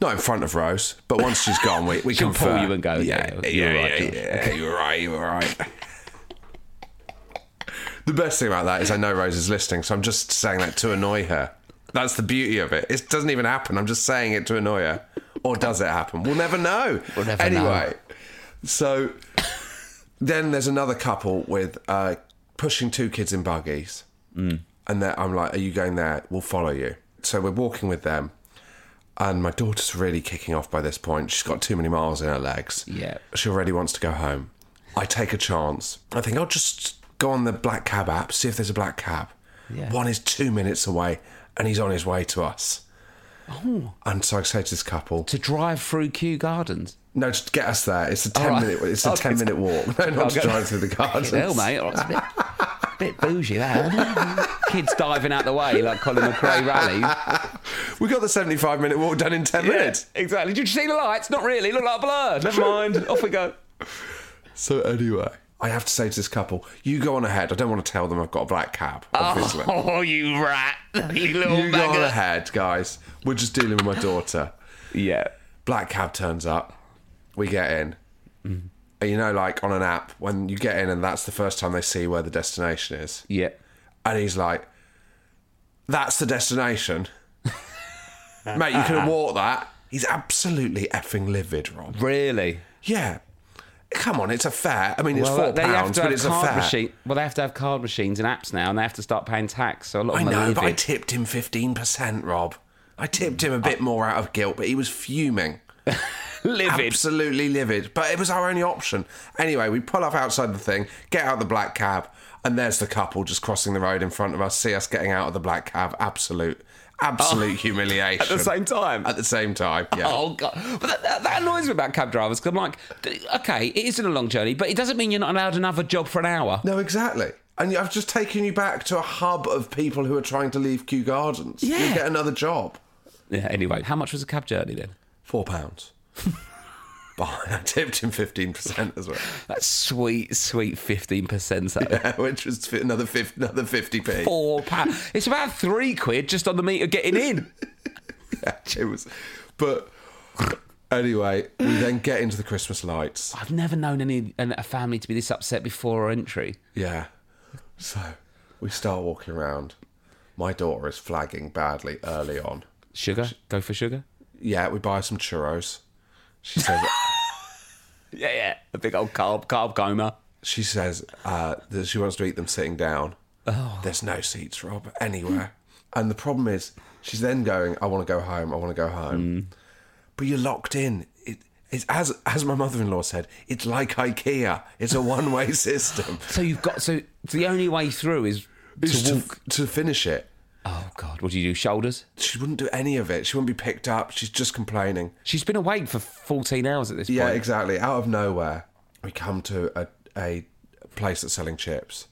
[SPEAKER 1] not in front of Rose, but once she's gone, we
[SPEAKER 2] [laughs]
[SPEAKER 1] we
[SPEAKER 2] She'll
[SPEAKER 1] can
[SPEAKER 2] pull you and go,
[SPEAKER 1] Yeah,
[SPEAKER 2] "Yeah,
[SPEAKER 1] yeah,
[SPEAKER 2] you're
[SPEAKER 1] yeah,
[SPEAKER 2] right,
[SPEAKER 1] yeah,
[SPEAKER 2] Josh."
[SPEAKER 1] you're right, you're right. the best thing about that is I know Rose is listening, so I'm just saying that to annoy her. That's the beauty of it. It doesn't even happen. I'm just saying it to annoy her. Or does it happen? We'll never know.
[SPEAKER 2] We'll never
[SPEAKER 1] anyway,
[SPEAKER 2] know.
[SPEAKER 1] so then there's another couple with uh, pushing two kids in buggies. And then I'm like, Are you going there? We'll follow you. So we're walking with them. And my daughter's really kicking off by this point. She's got too many miles in her legs.
[SPEAKER 2] Yeah.
[SPEAKER 1] She already wants to go home. I take a chance. I think I'll just go on the black cab app, see if there's a black cab.
[SPEAKER 2] Yeah.
[SPEAKER 1] One is two minutes away and he's on his way to us. Oh. And so I say to this couple,
[SPEAKER 2] To drive through Kew Gardens.
[SPEAKER 1] no, just get us there. It's a ten
[SPEAKER 2] right.
[SPEAKER 1] minute it's a
[SPEAKER 2] [laughs] Okay.
[SPEAKER 1] ten minute walk. [laughs] No, not to
[SPEAKER 2] Okay.
[SPEAKER 1] drive through
[SPEAKER 2] [laughs]
[SPEAKER 1] the gardens.
[SPEAKER 2] Hell, mate. It's a bit, bit [laughs] bougie, that. Kids diving out the way like Colin McRae rallies.
[SPEAKER 1] [laughs] We got the seventy five minute walk done in ten minutes.
[SPEAKER 2] exactly. Did you see the lights? Not really. Look like a blur. Never
[SPEAKER 1] [laughs]
[SPEAKER 2] mind. Off we go.
[SPEAKER 1] So anyway. I have to say to this couple, you go on ahead. I don't want to tell them I've got a black cab, obviously.
[SPEAKER 2] Oh, [laughs] you rat. You little
[SPEAKER 1] you go on
[SPEAKER 2] bagger.
[SPEAKER 1] ahead, guys. We're just dealing with my daughter.
[SPEAKER 2] Yeah.
[SPEAKER 1] Black cab turns up. We get in. And You know, like on an app, when you get in and that's the first time they see where the destination is.
[SPEAKER 2] Yeah.
[SPEAKER 1] And he's like, that's the destination. [laughs] Mate, you could
[SPEAKER 2] [laughs]
[SPEAKER 1] have walked that. He's absolutely effing livid, Rob.
[SPEAKER 2] Really?
[SPEAKER 1] Yeah. Come on, it's a fair. I mean, it's
[SPEAKER 2] Well,
[SPEAKER 1] four
[SPEAKER 2] they have
[SPEAKER 1] pounds,
[SPEAKER 2] to
[SPEAKER 1] but
[SPEAKER 2] have
[SPEAKER 1] it's a
[SPEAKER 2] card
[SPEAKER 1] fair.
[SPEAKER 2] machine. Well, they have to have card machines and apps now, and they have to start paying tax. So a lot of
[SPEAKER 1] I
[SPEAKER 2] them are
[SPEAKER 1] know, but I
[SPEAKER 2] leaving.
[SPEAKER 1] tipped him 15%, Rob. I tipped him a bit more out of guilt, but he was fuming.
[SPEAKER 2] livid.
[SPEAKER 1] Absolutely livid. But it was our only option. Anyway, we pull up outside the thing, get out of the black cab, and there's the couple just crossing the road in front of us, see us getting out of the black cab. Absolute,
[SPEAKER 2] [laughs]
[SPEAKER 1] absolute humiliation.
[SPEAKER 2] Oh, At the same time.
[SPEAKER 1] At the same time, yeah.
[SPEAKER 2] Oh god! But that, that, that annoys me about cab drivers because I'm like, d- okay, it isn't a long journey, but it doesn't mean you're not allowed another job for an hour.
[SPEAKER 1] No, exactly. And I've just taken you back to a hub of people who are trying to leave Kew Gardens.
[SPEAKER 2] Yeah.
[SPEAKER 1] You get another job.
[SPEAKER 2] Yeah. Anyway, how much was a cab journey then?
[SPEAKER 1] Four pounds. [laughs] but I tipped him 15% as well, [laughs]
[SPEAKER 2] That's sweet, sweet fifteen percent.
[SPEAKER 1] which was fi- another, fif- another
[SPEAKER 2] [laughs]
[SPEAKER 1] 50p. [laughs]
[SPEAKER 2] Four pound. It's about three quid just on the meter getting in.
[SPEAKER 1] it was but Anyway, we then get into the Christmas
[SPEAKER 2] [laughs]
[SPEAKER 1] lights.
[SPEAKER 2] I've never known any an- a family to be this upset before our entry.
[SPEAKER 1] Yeah. So we start walking around. My daughter is flagging badly early on.
[SPEAKER 2] Sugar, go for sugar.
[SPEAKER 1] Yeah, we buy her some churros. She says,
[SPEAKER 2] Yeah, yeah, a big old carb carb coma.
[SPEAKER 1] she says uh, that she wants to eat them sitting down. There's no seats, Rob, anywhere. and the problem is, she's then going, I want to go home, I want to go home. But you're locked in. It, it's as as my mother-in-law said, it's like IKEA. It's a one-way [laughs] system.
[SPEAKER 2] So you've got so the only way through is
[SPEAKER 1] It's
[SPEAKER 2] to
[SPEAKER 1] to,
[SPEAKER 2] walk.
[SPEAKER 1] to finish it.
[SPEAKER 2] Oh God, what do you do? Shoulders.
[SPEAKER 1] She wouldn't do any of it. She wouldn't be picked up. She's just complaining.
[SPEAKER 2] She's been awake for fourteen hours at this
[SPEAKER 1] Yeah,
[SPEAKER 2] point.
[SPEAKER 1] exactly. Out of nowhere, we come to a, a place that's selling chips.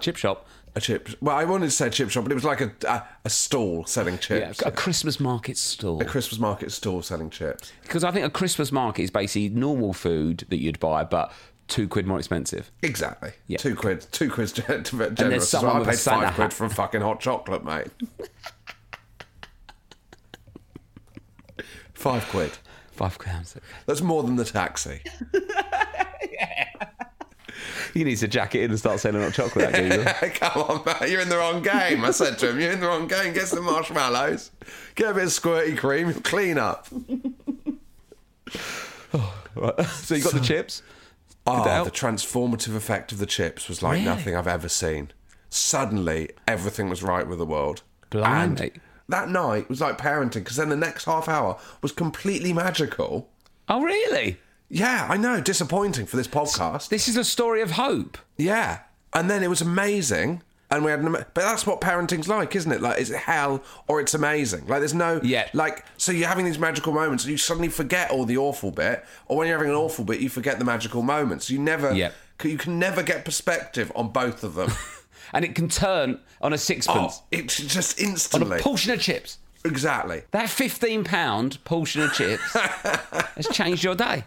[SPEAKER 2] Chip shop.
[SPEAKER 1] A chip. Well, I wanted to say chip shop, but it was like a a, a stall selling
[SPEAKER 2] Yeah,
[SPEAKER 1] chips.
[SPEAKER 2] a Christmas market stall.
[SPEAKER 1] a Christmas market stall selling chips.
[SPEAKER 2] Because I think a Christmas market is basically normal food that you'd buy, but two quid more expensive.
[SPEAKER 1] Exactly.
[SPEAKER 2] Yeah.
[SPEAKER 1] Two quid. [laughs] Two quid's gen- generous. as
[SPEAKER 2] someone
[SPEAKER 1] well. I
[SPEAKER 2] with a
[SPEAKER 1] paid
[SPEAKER 2] Santa
[SPEAKER 1] five quid
[SPEAKER 2] hat.
[SPEAKER 1] for a fucking hot chocolate, mate. five quid.
[SPEAKER 2] Five grams.
[SPEAKER 1] That's more than the taxi. [laughs]
[SPEAKER 2] He needs a jacket in and start selling hot chocolate. that geezer. [laughs]
[SPEAKER 1] Come on, mate. You're in the wrong game. I said to him, You're in the wrong game. Get some marshmallows. Get a bit of squirty cream. You'll clean up.
[SPEAKER 2] Right. So you got the chips.
[SPEAKER 1] Oh,
[SPEAKER 2] out.
[SPEAKER 1] the transformative effect of the chips was like
[SPEAKER 2] Really?
[SPEAKER 1] nothing I've ever seen. Suddenly, everything was right with the world.
[SPEAKER 2] Blimey.
[SPEAKER 1] And that night was like parenting because then the next half hour was completely magical.
[SPEAKER 2] Oh, really?
[SPEAKER 1] Yeah, I know. Disappointing for this podcast.
[SPEAKER 2] This is a story of hope.
[SPEAKER 1] Yeah, and then it was amazing, and we had. An, ama- but that's what parenting's like, isn't it? Like it's hell or it's amazing. Like there's no.
[SPEAKER 2] Yeah.
[SPEAKER 1] Like so, you're having these magical moments, and you suddenly forget all the awful bit, or when you're having an awful bit, you forget the magical moments. You never.
[SPEAKER 2] Yeah.
[SPEAKER 1] c- You can never get perspective on both of them.
[SPEAKER 2] [laughs] And it can turn on a sixpence,
[SPEAKER 1] oh, it's just
[SPEAKER 2] on a
[SPEAKER 1] instantly.
[SPEAKER 2] portion of chips.
[SPEAKER 1] exactly.
[SPEAKER 2] That £15 portion of [laughs] chips has changed your day.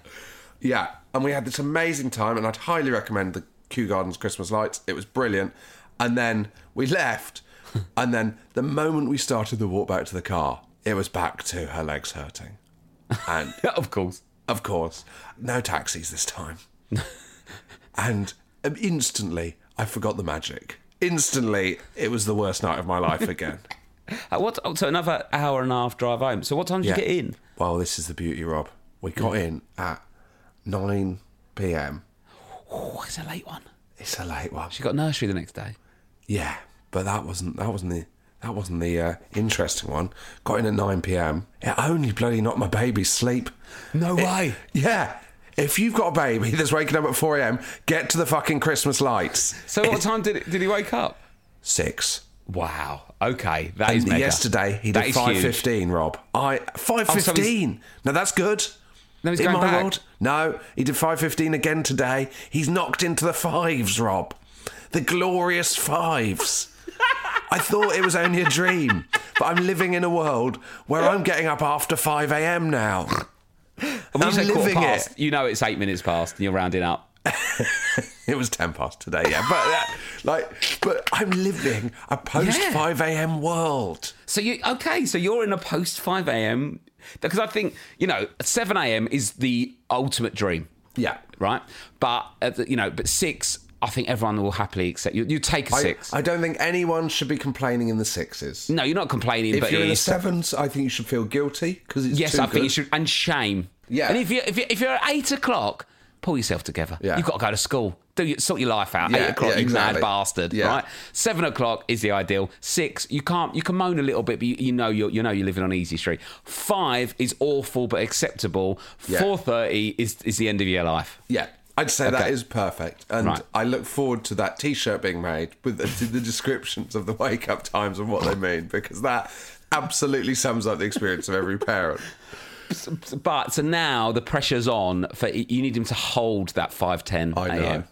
[SPEAKER 1] Yeah, and we had this amazing time, and I'd highly recommend the Kew Gardens Christmas lights. It was brilliant. And then we left, [laughs] and then the moment we started the walk back to the car, it was back to her legs hurting.
[SPEAKER 2] [laughs]
[SPEAKER 1] And
[SPEAKER 2] of course.
[SPEAKER 1] of course, no taxis this time. and um, instantly, I forgot the magic. Instantly, it was the worst night of
[SPEAKER 2] [laughs]
[SPEAKER 1] my life again.
[SPEAKER 2] Uh, what, oh, so another hour and a half drive home. So what time did
[SPEAKER 1] Yeah.
[SPEAKER 2] you get in?
[SPEAKER 1] Well, this is the beauty, Rob. We got in at 9 p.m.
[SPEAKER 2] Oh, it's a late one.
[SPEAKER 1] It's a late one.
[SPEAKER 2] She got nursery the next day.
[SPEAKER 1] Yeah, but that wasn't that wasn't the that wasn't the uh, interesting one. Got in at nine p.m. It only bloody knocked my baby's sleep.
[SPEAKER 2] No
[SPEAKER 1] It- Yeah. If you've got a baby [laughs] that's waking up at 4 a.m., get to the fucking Christmas lights.
[SPEAKER 2] So what time did, it, did he wake up?
[SPEAKER 1] Six.
[SPEAKER 2] Wow. Okay. that is
[SPEAKER 1] And
[SPEAKER 2] mega.
[SPEAKER 1] yesterday he
[SPEAKER 2] That
[SPEAKER 1] did
[SPEAKER 2] is
[SPEAKER 1] five
[SPEAKER 2] huge. Oh,
[SPEAKER 1] fifteen. Rob, I five fifteen. now that's good.
[SPEAKER 2] No, he's
[SPEAKER 1] In
[SPEAKER 2] going
[SPEAKER 1] my
[SPEAKER 2] back.
[SPEAKER 1] world, no, he did five fifteen again today. He's knocked into the fives, Rob. The glorious fives. I thought it was only a dream, but I'm living in a world where I'm getting up after five a.m. now.
[SPEAKER 2] And when
[SPEAKER 1] I'm
[SPEAKER 2] you say quarter
[SPEAKER 1] living it.
[SPEAKER 2] past, You know it's eight minutes past and you're rounding up.
[SPEAKER 1] It was ten past today, yeah. But uh, like, but I'm living a post
[SPEAKER 2] Yeah.
[SPEAKER 1] five a.m. world.
[SPEAKER 2] So you okay? So you're in a post five a.m. because I think you know seven a.m. is the ultimate dream,
[SPEAKER 1] Yeah,
[SPEAKER 2] right? But at the, you know, but six, I think everyone will happily accept. You, you take a six.
[SPEAKER 1] I don't think anyone should be complaining in the sixes.
[SPEAKER 2] no, you're not complaining.
[SPEAKER 1] If
[SPEAKER 2] but
[SPEAKER 1] you're in
[SPEAKER 2] it
[SPEAKER 1] the
[SPEAKER 2] is-
[SPEAKER 1] sevens, I think you should feel guilty because it's
[SPEAKER 2] yes,
[SPEAKER 1] too
[SPEAKER 2] I think you
[SPEAKER 1] good.
[SPEAKER 2] should. And shame.
[SPEAKER 1] Yeah.
[SPEAKER 2] And if you if you if you're at eight o'clock, pull yourself together.
[SPEAKER 1] Yeah.
[SPEAKER 2] You've got to go to school. Do your, sort your life out.
[SPEAKER 1] Yeah,
[SPEAKER 2] eight o'clock,
[SPEAKER 1] yeah,
[SPEAKER 2] you
[SPEAKER 1] exactly.
[SPEAKER 2] mad bastard.
[SPEAKER 1] Yeah.
[SPEAKER 2] Right. Seven o'clock is the ideal. Six, you can't. You can moan a little bit, but you, you know you're you know you're living on easy street. Five is awful but acceptable.
[SPEAKER 1] Yeah.
[SPEAKER 2] Four thirty is is the end of your life.
[SPEAKER 1] Yeah, I'd say that
[SPEAKER 2] Okay.
[SPEAKER 1] is perfect, and
[SPEAKER 2] Right.
[SPEAKER 1] I look forward to that T-shirt being made with the, [laughs] the descriptions of the wake-up times and what they mean because that absolutely sums up the experience of every parent.
[SPEAKER 2] But so now the pressure's on for you need him to hold that five ten
[SPEAKER 1] I know.
[SPEAKER 2] a.m.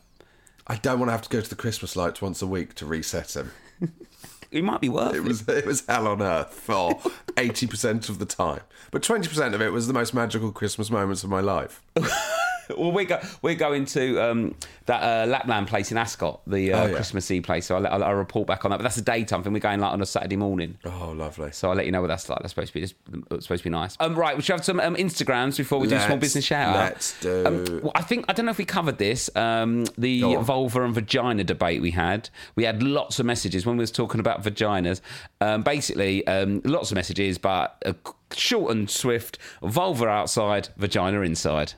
[SPEAKER 1] I don't want to have to go to the Christmas lights once a week to reset him.
[SPEAKER 2] It might be worth
[SPEAKER 1] It was it was hell on earth for eighty percent of the time, but twenty percent of it was the most magical Christmas moments of my life.
[SPEAKER 2] well, we go, we're going to um, that uh, Lapland place in Ascot, the uh,
[SPEAKER 1] Oh, yeah.
[SPEAKER 2] Christmas Eve place. So I'll, I'll, I'll report back on that. But that's a daytime thing. We're going like on a Saturday morning.
[SPEAKER 1] Oh, lovely.
[SPEAKER 2] So I'll let you know what that's like. That's supposed to be just, it's supposed to be nice. Um, right, we should have some um, Instagrams before we do small
[SPEAKER 1] Let's-
[SPEAKER 2] business shout out.
[SPEAKER 1] let's do-
[SPEAKER 2] Um, well, I think I don't know if we covered this. Um, the
[SPEAKER 1] Go on.
[SPEAKER 2] vulva and vagina debate we had. We had lots of messages when we was talking about vaginas. Um, basically, um, lots of messages, but uh, short and swift. Vulva outside, vagina inside,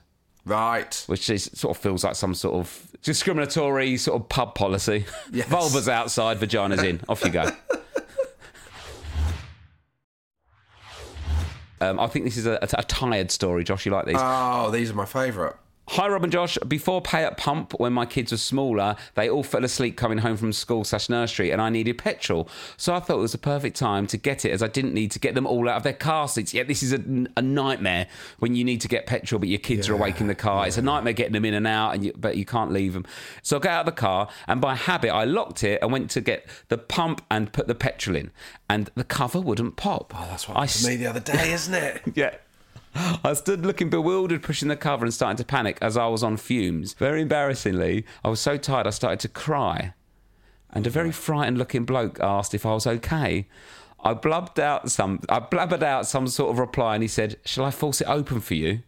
[SPEAKER 1] Right.
[SPEAKER 2] which is sort of feels like some sort of discriminatory sort of pub policy.
[SPEAKER 1] Yes.
[SPEAKER 2] [laughs] Vulvas outside, vaginas in. Off you go. Um, I think this is a, a, a tired story, Josh. You like these?
[SPEAKER 1] Oh, these are my favourite.
[SPEAKER 2] Hi, Rob and Josh. Before pay at pump, when my kids were smaller, they all fell asleep coming home from school slash nursery, and I needed petrol. So I thought it was the perfect time to get it, as I didn't need to get them all out of their car seats. Yet this is a, a nightmare when you need to get petrol, but your kids are awake in the car. It's a nightmare getting them in and out, and you, but you can't leave them. So I got out of the car, and by habit, I locked it and went to get the pump and put the petrol in, and the cover wouldn't pop. Oh,
[SPEAKER 1] That's what happened to me the other day, isn't it?
[SPEAKER 2] [laughs] yeah. I stood looking bewildered, pushing the cover and starting to panic as I was on fumes. Very embarrassingly, I was so tired I started to cry. And a very frightened looking bloke asked if I was okay. I blubbed out some I blabbered out some sort of reply and he said, Shall I force it open for
[SPEAKER 1] [gasps]
[SPEAKER 2] you?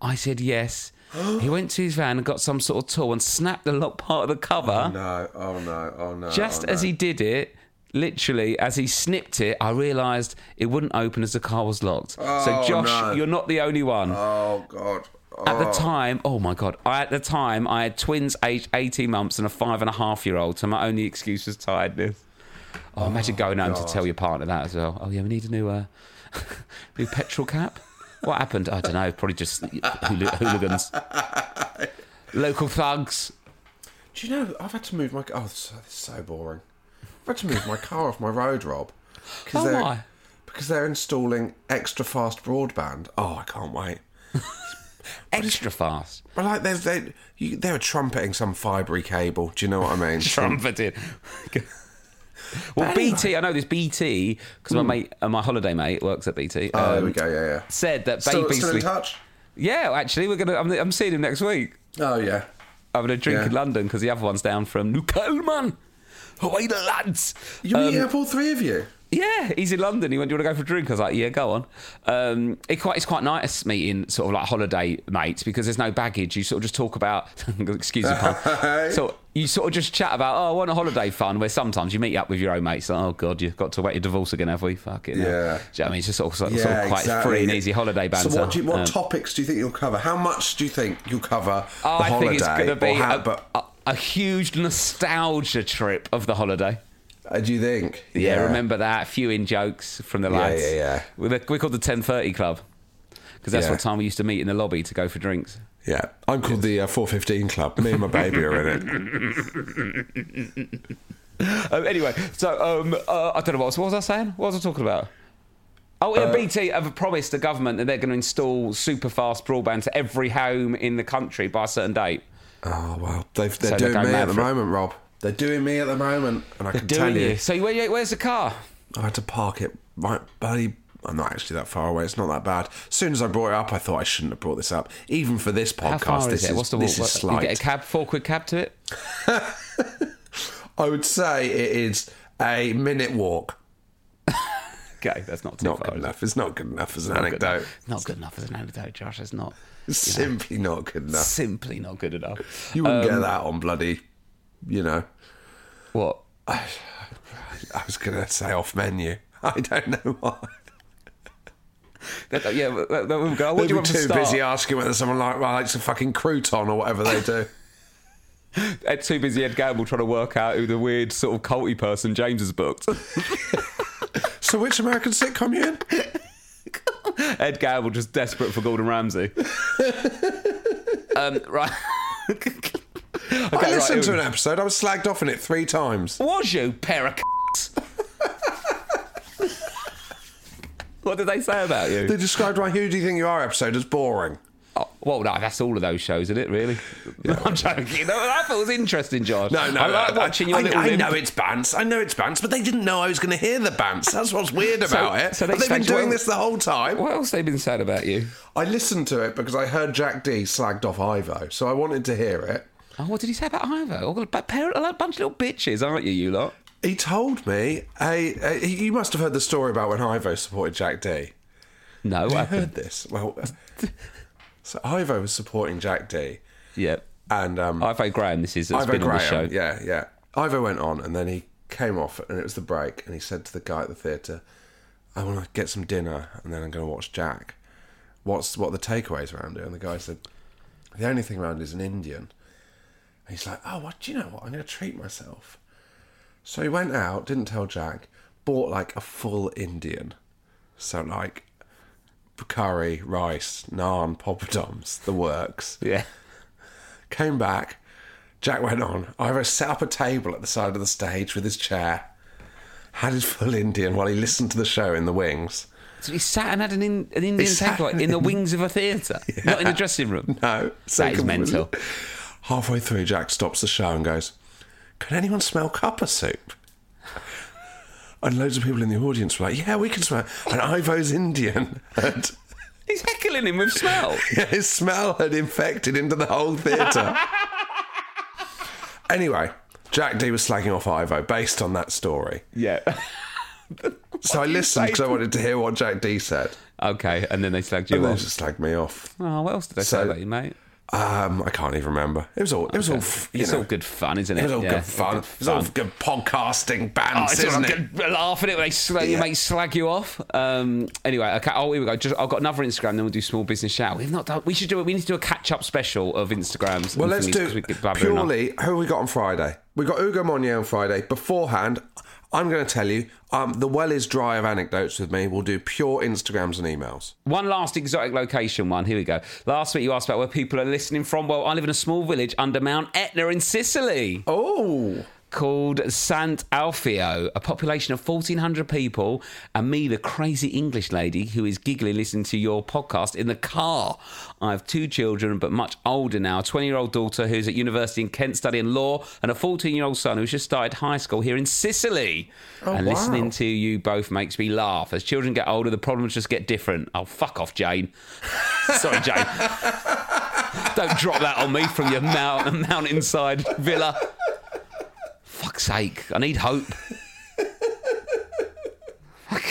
[SPEAKER 2] I said yes. he went to his van and got some sort of tool and snapped the lock part of the cover.
[SPEAKER 1] [laughs] No, oh no, oh no.
[SPEAKER 2] Just
[SPEAKER 1] oh, no.
[SPEAKER 2] as he did it, literally as he snipped it, I realised it wouldn't open as the car was locked. so
[SPEAKER 1] Oh,
[SPEAKER 2] Josh,
[SPEAKER 1] no.
[SPEAKER 2] you're not the only one.
[SPEAKER 1] Oh god. Oh.
[SPEAKER 2] At the time, oh my god! I, at the time, I had twins aged eighteen months and a five and a half year old. So my only excuse was tiredness. Oh, imagine going home
[SPEAKER 1] God.
[SPEAKER 2] to tell your partner that as well. Oh yeah, we need a new uh, [laughs] new petrol cap. What happened? I don't know. Probably just hooli-
[SPEAKER 1] [laughs]
[SPEAKER 2] hooligans, local thugs.
[SPEAKER 1] Do you know I've had to move my oh this this is so boring. I've had to move my car off my road, Rob. 'cause
[SPEAKER 2] Oh,
[SPEAKER 1] they're-
[SPEAKER 2] why?
[SPEAKER 1] Because they're installing extra fast broadband. Oh, I can't wait.
[SPEAKER 2] Extra fast.
[SPEAKER 1] But like they they you, they were trumpeting some fibre cable. Do you know what I [laughs] mean?
[SPEAKER 2] trumpeted. well,
[SPEAKER 1] anyway. Hmm.
[SPEAKER 2] BT, I know this BT because my mate, uh, my holiday mate, works at BT.
[SPEAKER 1] oh, there
[SPEAKER 2] um,
[SPEAKER 1] we go. Yeah, yeah.
[SPEAKER 2] Said that
[SPEAKER 1] Still,
[SPEAKER 2] baby
[SPEAKER 1] still in
[SPEAKER 2] sleep.
[SPEAKER 1] touch.
[SPEAKER 2] Yeah, actually, we're gonna. I'm, I'm seeing him next week.
[SPEAKER 1] Oh yeah.
[SPEAKER 2] Having a drink
[SPEAKER 1] Yeah.
[SPEAKER 2] in London because the other one's down from Newcastle. Hawaii, the lads.
[SPEAKER 1] You meeting up all three of you?
[SPEAKER 2] Yeah, he's in London. He went, "Do you want to go for a drink?" I was like, "Yeah, go on." Um, it quite, it's quite nice meeting sort of like holiday mates because there's no baggage. You sort of just talk about, [laughs] excuse me,
[SPEAKER 1] [laughs]
[SPEAKER 2] pun. so you sort of just chat about, "Oh, I want a holiday fun." Where sometimes you meet up with your own mates. Like, oh God, you've got to wait your divorce again, have we? Fuck it. Do
[SPEAKER 1] Yeah.
[SPEAKER 2] you know what I mean? It's just sort of, sort of quite free and easy holiday banter.
[SPEAKER 1] So what, do you, what
[SPEAKER 2] Um,
[SPEAKER 1] topics do you think you'll cover? How much do you think you'll cover the
[SPEAKER 2] Oh, I
[SPEAKER 1] holiday?
[SPEAKER 2] think it's going to
[SPEAKER 1] or
[SPEAKER 2] be
[SPEAKER 1] how-
[SPEAKER 2] a,
[SPEAKER 1] but-
[SPEAKER 2] a, a huge nostalgia trip of the holiday.
[SPEAKER 1] uh, do you think?
[SPEAKER 2] Yeah, remember that. A few in jokes from the
[SPEAKER 1] Yeah,
[SPEAKER 2] lads.
[SPEAKER 1] yeah, yeah.
[SPEAKER 2] We're, the- we're called the 10.30 Club because that's
[SPEAKER 1] Yeah.
[SPEAKER 2] what time we used to meet in the lobby to go for drinks.
[SPEAKER 1] Yeah, I'm called the uh, 415 Club. Me and my baby are in
[SPEAKER 2] [laughs]
[SPEAKER 1] it.
[SPEAKER 2] Um, anyway, so um, uh, I don't know what, was- what was I saying? What was I talking about? Oh, yeah, BT have promised the government that they're going to install super fast broadband to every home in the country by a certain date.
[SPEAKER 1] Oh well, they've, they're
[SPEAKER 2] So they're
[SPEAKER 1] doing
[SPEAKER 2] going
[SPEAKER 1] me
[SPEAKER 2] mad
[SPEAKER 1] at the
[SPEAKER 2] for it.
[SPEAKER 1] moment, Rob. They're doing me at the moment, and I can tell
[SPEAKER 2] Doing
[SPEAKER 1] you,
[SPEAKER 2] you. So where, where's the car?
[SPEAKER 1] I had to park it right, buddy. I'm not actually that far away. It's not that bad. As soon as I brought it up, I thought I shouldn't have brought this up, even for this
[SPEAKER 2] How
[SPEAKER 1] podcast.
[SPEAKER 2] far
[SPEAKER 1] this
[SPEAKER 2] is it? What's the
[SPEAKER 1] this is
[SPEAKER 2] what-
[SPEAKER 1] slight.
[SPEAKER 2] You get a cab, four quid cab to it.
[SPEAKER 1] I would say it is a minute walk.
[SPEAKER 2] Okay, that's not too
[SPEAKER 1] Not
[SPEAKER 2] far.
[SPEAKER 1] good
[SPEAKER 2] is it?
[SPEAKER 1] enough. It's not good enough as an
[SPEAKER 2] Not good
[SPEAKER 1] anecdote. [laughs]
[SPEAKER 2] enough. Not good enough as an anecdote, Josh. It's not.
[SPEAKER 1] Simply not good enough.
[SPEAKER 2] Simply not good enough. Uh,
[SPEAKER 1] You wouldn't get that on bloody, you know.
[SPEAKER 2] What?
[SPEAKER 1] I was gonna say off menu. [laughs] I don't know why.
[SPEAKER 2] That- that- yeah, that, oh, that would go. What
[SPEAKER 1] They
[SPEAKER 2] do you
[SPEAKER 1] were
[SPEAKER 2] want to
[SPEAKER 1] too
[SPEAKER 2] start?
[SPEAKER 1] busy asking whether someone like well, likes a fucking crouton or whatever they do.
[SPEAKER 2] [laughs] Ed, Uh, too busy Ed Gamble trying to work out who the weird sort of culty person James has
[SPEAKER 1] [laughs]
[SPEAKER 2] booked.
[SPEAKER 1] so which American
[SPEAKER 2] [laughs]
[SPEAKER 1] sitcom you in?
[SPEAKER 2] Ed Gamble just desperate for Gordon Ramsay. um,
[SPEAKER 1] [laughs]
[SPEAKER 2] right. okay,
[SPEAKER 1] I
[SPEAKER 2] right,
[SPEAKER 1] listened to
[SPEAKER 2] here we
[SPEAKER 1] an
[SPEAKER 2] go.
[SPEAKER 1] episode. I was slagged off in it three times.
[SPEAKER 2] Was you pair of?
[SPEAKER 1] [laughs]
[SPEAKER 2] c***s? what did they say about you?
[SPEAKER 1] They described my "Who Do You Think You Are" episode as boring.
[SPEAKER 2] Oh, Well, no, that's all of those shows, isn't it?
[SPEAKER 1] [laughs]
[SPEAKER 2] Really? [laughs] I'm joking. No, that was interesting, Josh.
[SPEAKER 1] No, no,
[SPEAKER 2] I like
[SPEAKER 1] no,
[SPEAKER 2] watching your
[SPEAKER 1] I,
[SPEAKER 2] little.
[SPEAKER 1] I
[SPEAKER 2] limp-
[SPEAKER 1] know it's Bants. I know it's Bants, but they didn't know I was going to hear the Bants. That's what's weird about
[SPEAKER 2] [laughs]
[SPEAKER 1] it.
[SPEAKER 2] so they
[SPEAKER 1] Have they been
[SPEAKER 2] staged
[SPEAKER 1] doing
[SPEAKER 2] well-
[SPEAKER 1] this the whole time?
[SPEAKER 2] What else they been saying about you?
[SPEAKER 1] I listened to it because I heard Jack D slagged off Ivo, so I wanted to hear it.
[SPEAKER 2] Oh, what did he say about Ivo? Oh, a parent, a bunch of little bitches, aren't you, you lot?
[SPEAKER 1] He told me, a, a, he- you must have heard the story about when Ivo supported Jack D.
[SPEAKER 2] No, I
[SPEAKER 1] I heard this. Well, [laughs] so Ivo was supporting Jack D,
[SPEAKER 2] Yeah.
[SPEAKER 1] and um,
[SPEAKER 2] Ivo Graham, this is, has
[SPEAKER 1] Ivo
[SPEAKER 2] been
[SPEAKER 1] Graham.
[SPEAKER 2] on the show.
[SPEAKER 1] Yeah, yeah. Ivo went on, and then he came off, and it was the break, and he said to the guy at the theatre, "I want to get some dinner, and then I'm going to watch Jack. What's what are the takeaways around it?" And the guy said, "The only thing around is an Indian." And he's like, "Oh, what? Do you know what? I'm going to treat myself." So he went out, didn't tell Jack, bought like a full Indian, so like curry, rice, naan, poppadoms, the works
[SPEAKER 2] Yeah.
[SPEAKER 1] came back. Jack went on. Ivo set up a table at the side of the stage with his chair, had his full Indian while he listened to the show in the wings.
[SPEAKER 2] So he sat and had an, in, an Indian
[SPEAKER 1] sat
[SPEAKER 2] tag like, in the wings of a
[SPEAKER 1] [laughs]
[SPEAKER 2] theatre, not in the dressing room.
[SPEAKER 1] No,
[SPEAKER 2] That is
[SPEAKER 1] second one.
[SPEAKER 2] mental.
[SPEAKER 1] Halfway through, Jack stops the show and goes, "Can anyone smell cuppa soup?" And loads of people in the audience were like, "Yeah, we can smell." And Ivo's Indian [laughs] had
[SPEAKER 2] He's heckling him with smell.
[SPEAKER 1] [laughs] his smell had infected into the
[SPEAKER 2] [laughs]
[SPEAKER 1] whole theatre. anyway, Jack D was slagging off Ivo based on that story.
[SPEAKER 2] yeah.
[SPEAKER 1] So I
[SPEAKER 2] say
[SPEAKER 1] listened because I wanted to hear what Jack D said.
[SPEAKER 2] Okay, and then they slagged
[SPEAKER 1] And
[SPEAKER 2] you
[SPEAKER 1] they
[SPEAKER 2] off.
[SPEAKER 1] just slagged me off.
[SPEAKER 2] Oh, what else did they
[SPEAKER 1] So-
[SPEAKER 2] say about you, mate?
[SPEAKER 1] Um, I can't even remember. It was all. It was all. f- You
[SPEAKER 2] It's
[SPEAKER 1] know,
[SPEAKER 2] all good fun, isn't it?
[SPEAKER 1] It was all
[SPEAKER 2] Yeah,
[SPEAKER 1] good fun. It was all good podcasting
[SPEAKER 2] Oh,
[SPEAKER 1] bands,
[SPEAKER 2] it's all
[SPEAKER 1] isn't it?
[SPEAKER 2] good laughing at when they slag,
[SPEAKER 1] Yeah.
[SPEAKER 2] make slag you off. Um, anyway, okay. Oh, here we go. Just, I've got another Instagram. Then we'll do small business shout. We've not done. We should do. it. We need to do a catch up special of Instagrams.
[SPEAKER 1] Well,
[SPEAKER 2] and
[SPEAKER 1] let's
[SPEAKER 2] things, 'cause
[SPEAKER 1] do
[SPEAKER 2] we keep blabbering on.
[SPEAKER 1] purely who we got on Friday. We got Ugo Monier on Friday. Beforehand, I'm going to tell you um, the well is dry of anecdotes with me. We'll do pure Instagrams and emails.
[SPEAKER 2] One last exotic location one. Here we go. Last week you asked about where people are listening from. Well, I live in a small village under Mount Etna in Sicily
[SPEAKER 1] Oh,
[SPEAKER 2] called Sant'Alfio, a population of 1,400 people, and me, the crazy English lady who is giggling listening to your podcast in the car. I have two children, but much older now a 20 year old daughter who's at university in Kent studying law, and a 14 year old son who's just started high school here in Sicily. and
[SPEAKER 1] wow.
[SPEAKER 2] listening to you both makes me laugh. As children get older, the problems just get different. Oh, fuck off, Jane. [laughs] Sorry, Jane. Don't drop that on me from your mount- mountainside villa. Fuck's sake, I need hope. Fuck.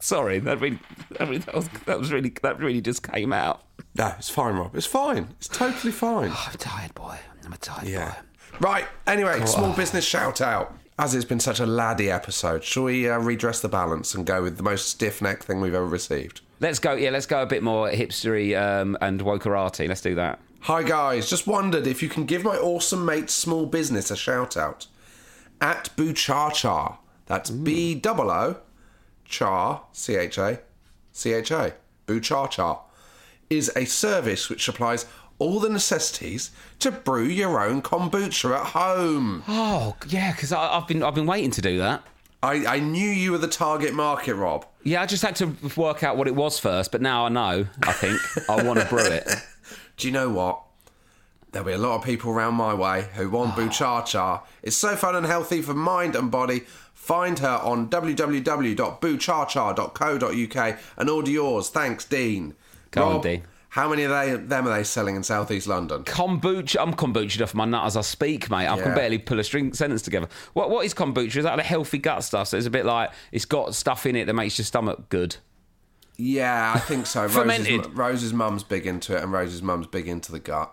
[SPEAKER 2] Sorry, that really, that, really, that, was, that was really, that really just came out.
[SPEAKER 1] no, it's fine, Rob. It's fine. It's totally fine.
[SPEAKER 2] I'm tired, boy. I'm a tired
[SPEAKER 1] Yeah.
[SPEAKER 2] boy.
[SPEAKER 1] Right. Anyway, small business shout out. As it's been such a laddie episode, shall we uh, redress the balance and go with the most stiff neck thing we've ever received?
[SPEAKER 2] Let's go. Yeah, let's go a bit more hipstery um, and wokerati. Let's do that.
[SPEAKER 1] Hi guys, just wondered if you can give my awesome mate Small Business a shout out at Buchacha. That's B double O Char C H A C H A Buchacha is a service which supplies all the necessities to brew your own kombucha at home.
[SPEAKER 2] Oh yeah, because I've been I've been waiting to do that.
[SPEAKER 1] I, I knew you were the target market, Rob.
[SPEAKER 2] Yeah, I just had to work out what it was first, but now I know. I think I want to brew it.
[SPEAKER 1] do you know what? There'll be a lot of people around my way who
[SPEAKER 2] Ah.
[SPEAKER 1] want Buchacha. It's so fun and healthy for mind and body. Find her on www.buchacha.co.uk and order yours. Thanks, Dean.
[SPEAKER 2] Go on,
[SPEAKER 1] Rob,
[SPEAKER 2] Dean.
[SPEAKER 1] How many of they, them are they selling in South East London?
[SPEAKER 2] Kombucha. I'm kombucha off my nut as I speak, mate. I
[SPEAKER 1] Yeah.
[SPEAKER 2] can barely pull a string sentence together. What What is kombucha? Is that the healthy gut stuff? So it's a bit like it's got stuff in it that makes your stomach good.
[SPEAKER 1] Yeah, I think
[SPEAKER 2] [laughs]
[SPEAKER 1] so. Rose's,
[SPEAKER 2] Fermented.
[SPEAKER 1] Rose's mum's big into it, and Rose's mum's big into the gut.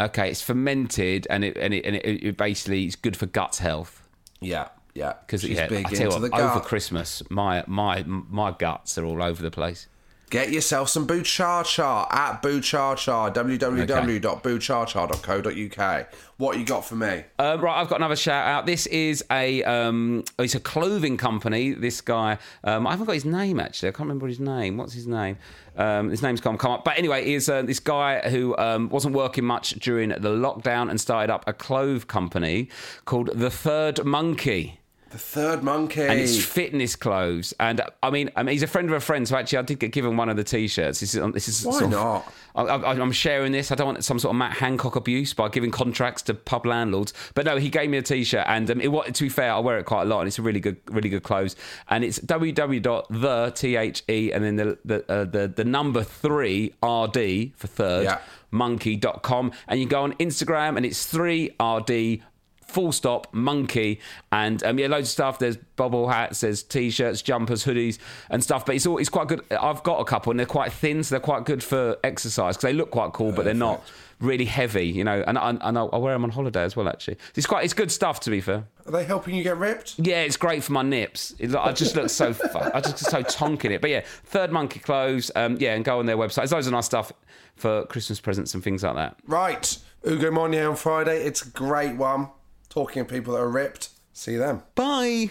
[SPEAKER 2] Okay, it's fermented and it and it, and it, it basically it's good for gut health.
[SPEAKER 1] Yeah, yeah.
[SPEAKER 2] Because
[SPEAKER 1] she's
[SPEAKER 2] yeah,
[SPEAKER 1] big
[SPEAKER 2] I tell
[SPEAKER 1] into
[SPEAKER 2] you
[SPEAKER 1] the
[SPEAKER 2] what,
[SPEAKER 1] gut.
[SPEAKER 2] over Christmas, my my my guts are all over the place.
[SPEAKER 1] Get yourself some Buchacha at Buchacha, www.buchacha.co.uk. What you got for me?
[SPEAKER 2] Uh, right, I've got another shout out. This is a um, it's a clothing company. This guy, um, I haven't got his name actually. I can't remember his name. What's his name? Um, his name's come come up. But anyway, he's uh, this guy who um, wasn't working much during the lockdown and started up a clove company called the Third Monkey.
[SPEAKER 1] The third monkey.
[SPEAKER 2] and it's fitness clothes. And uh, I mean, I mean, he's a friend of a friend, so actually, I did get given one of the T-shirts. This is um, this is
[SPEAKER 1] Why
[SPEAKER 2] sort of-
[SPEAKER 1] not?
[SPEAKER 2] I, I, I'm sharing this. I don't want some sort of Matt Hancock abuse by giving contracts to pub landlords. But no, he gave me a T-shirt, and um, it, wa- to be fair, I wear it quite a lot, and it's a really good, really good clothes. And it's www.the t h e and then the the uh, the, the number three r d for third
[SPEAKER 1] Yeah.
[SPEAKER 2] monkey.com and you go on Instagram and it's 3RD full stop monkey and um, yeah loads of stuff there's bobble hats there's t-shirts jumpers hoodies and stuff but it's all it's quite good I've got a couple and they're quite thin so they're quite good for exercise because they look quite cool but they're not really heavy you know and, and, and I I wear them on holiday as well actually it's quite it's good stuff to be fair
[SPEAKER 1] Are they helping you get ripped?
[SPEAKER 2] yeah, it's great for my nips. It, I just look so fu- I just look so tonk in it. But yeah, Third Monkey Clothes. Um, yeah, and go on their website. There's loads of nice stuff for Christmas presents and things like that.
[SPEAKER 1] Right. Ugo Monier on Friday. It's a great one. Talking of people that are ripped. See them.
[SPEAKER 2] Bye.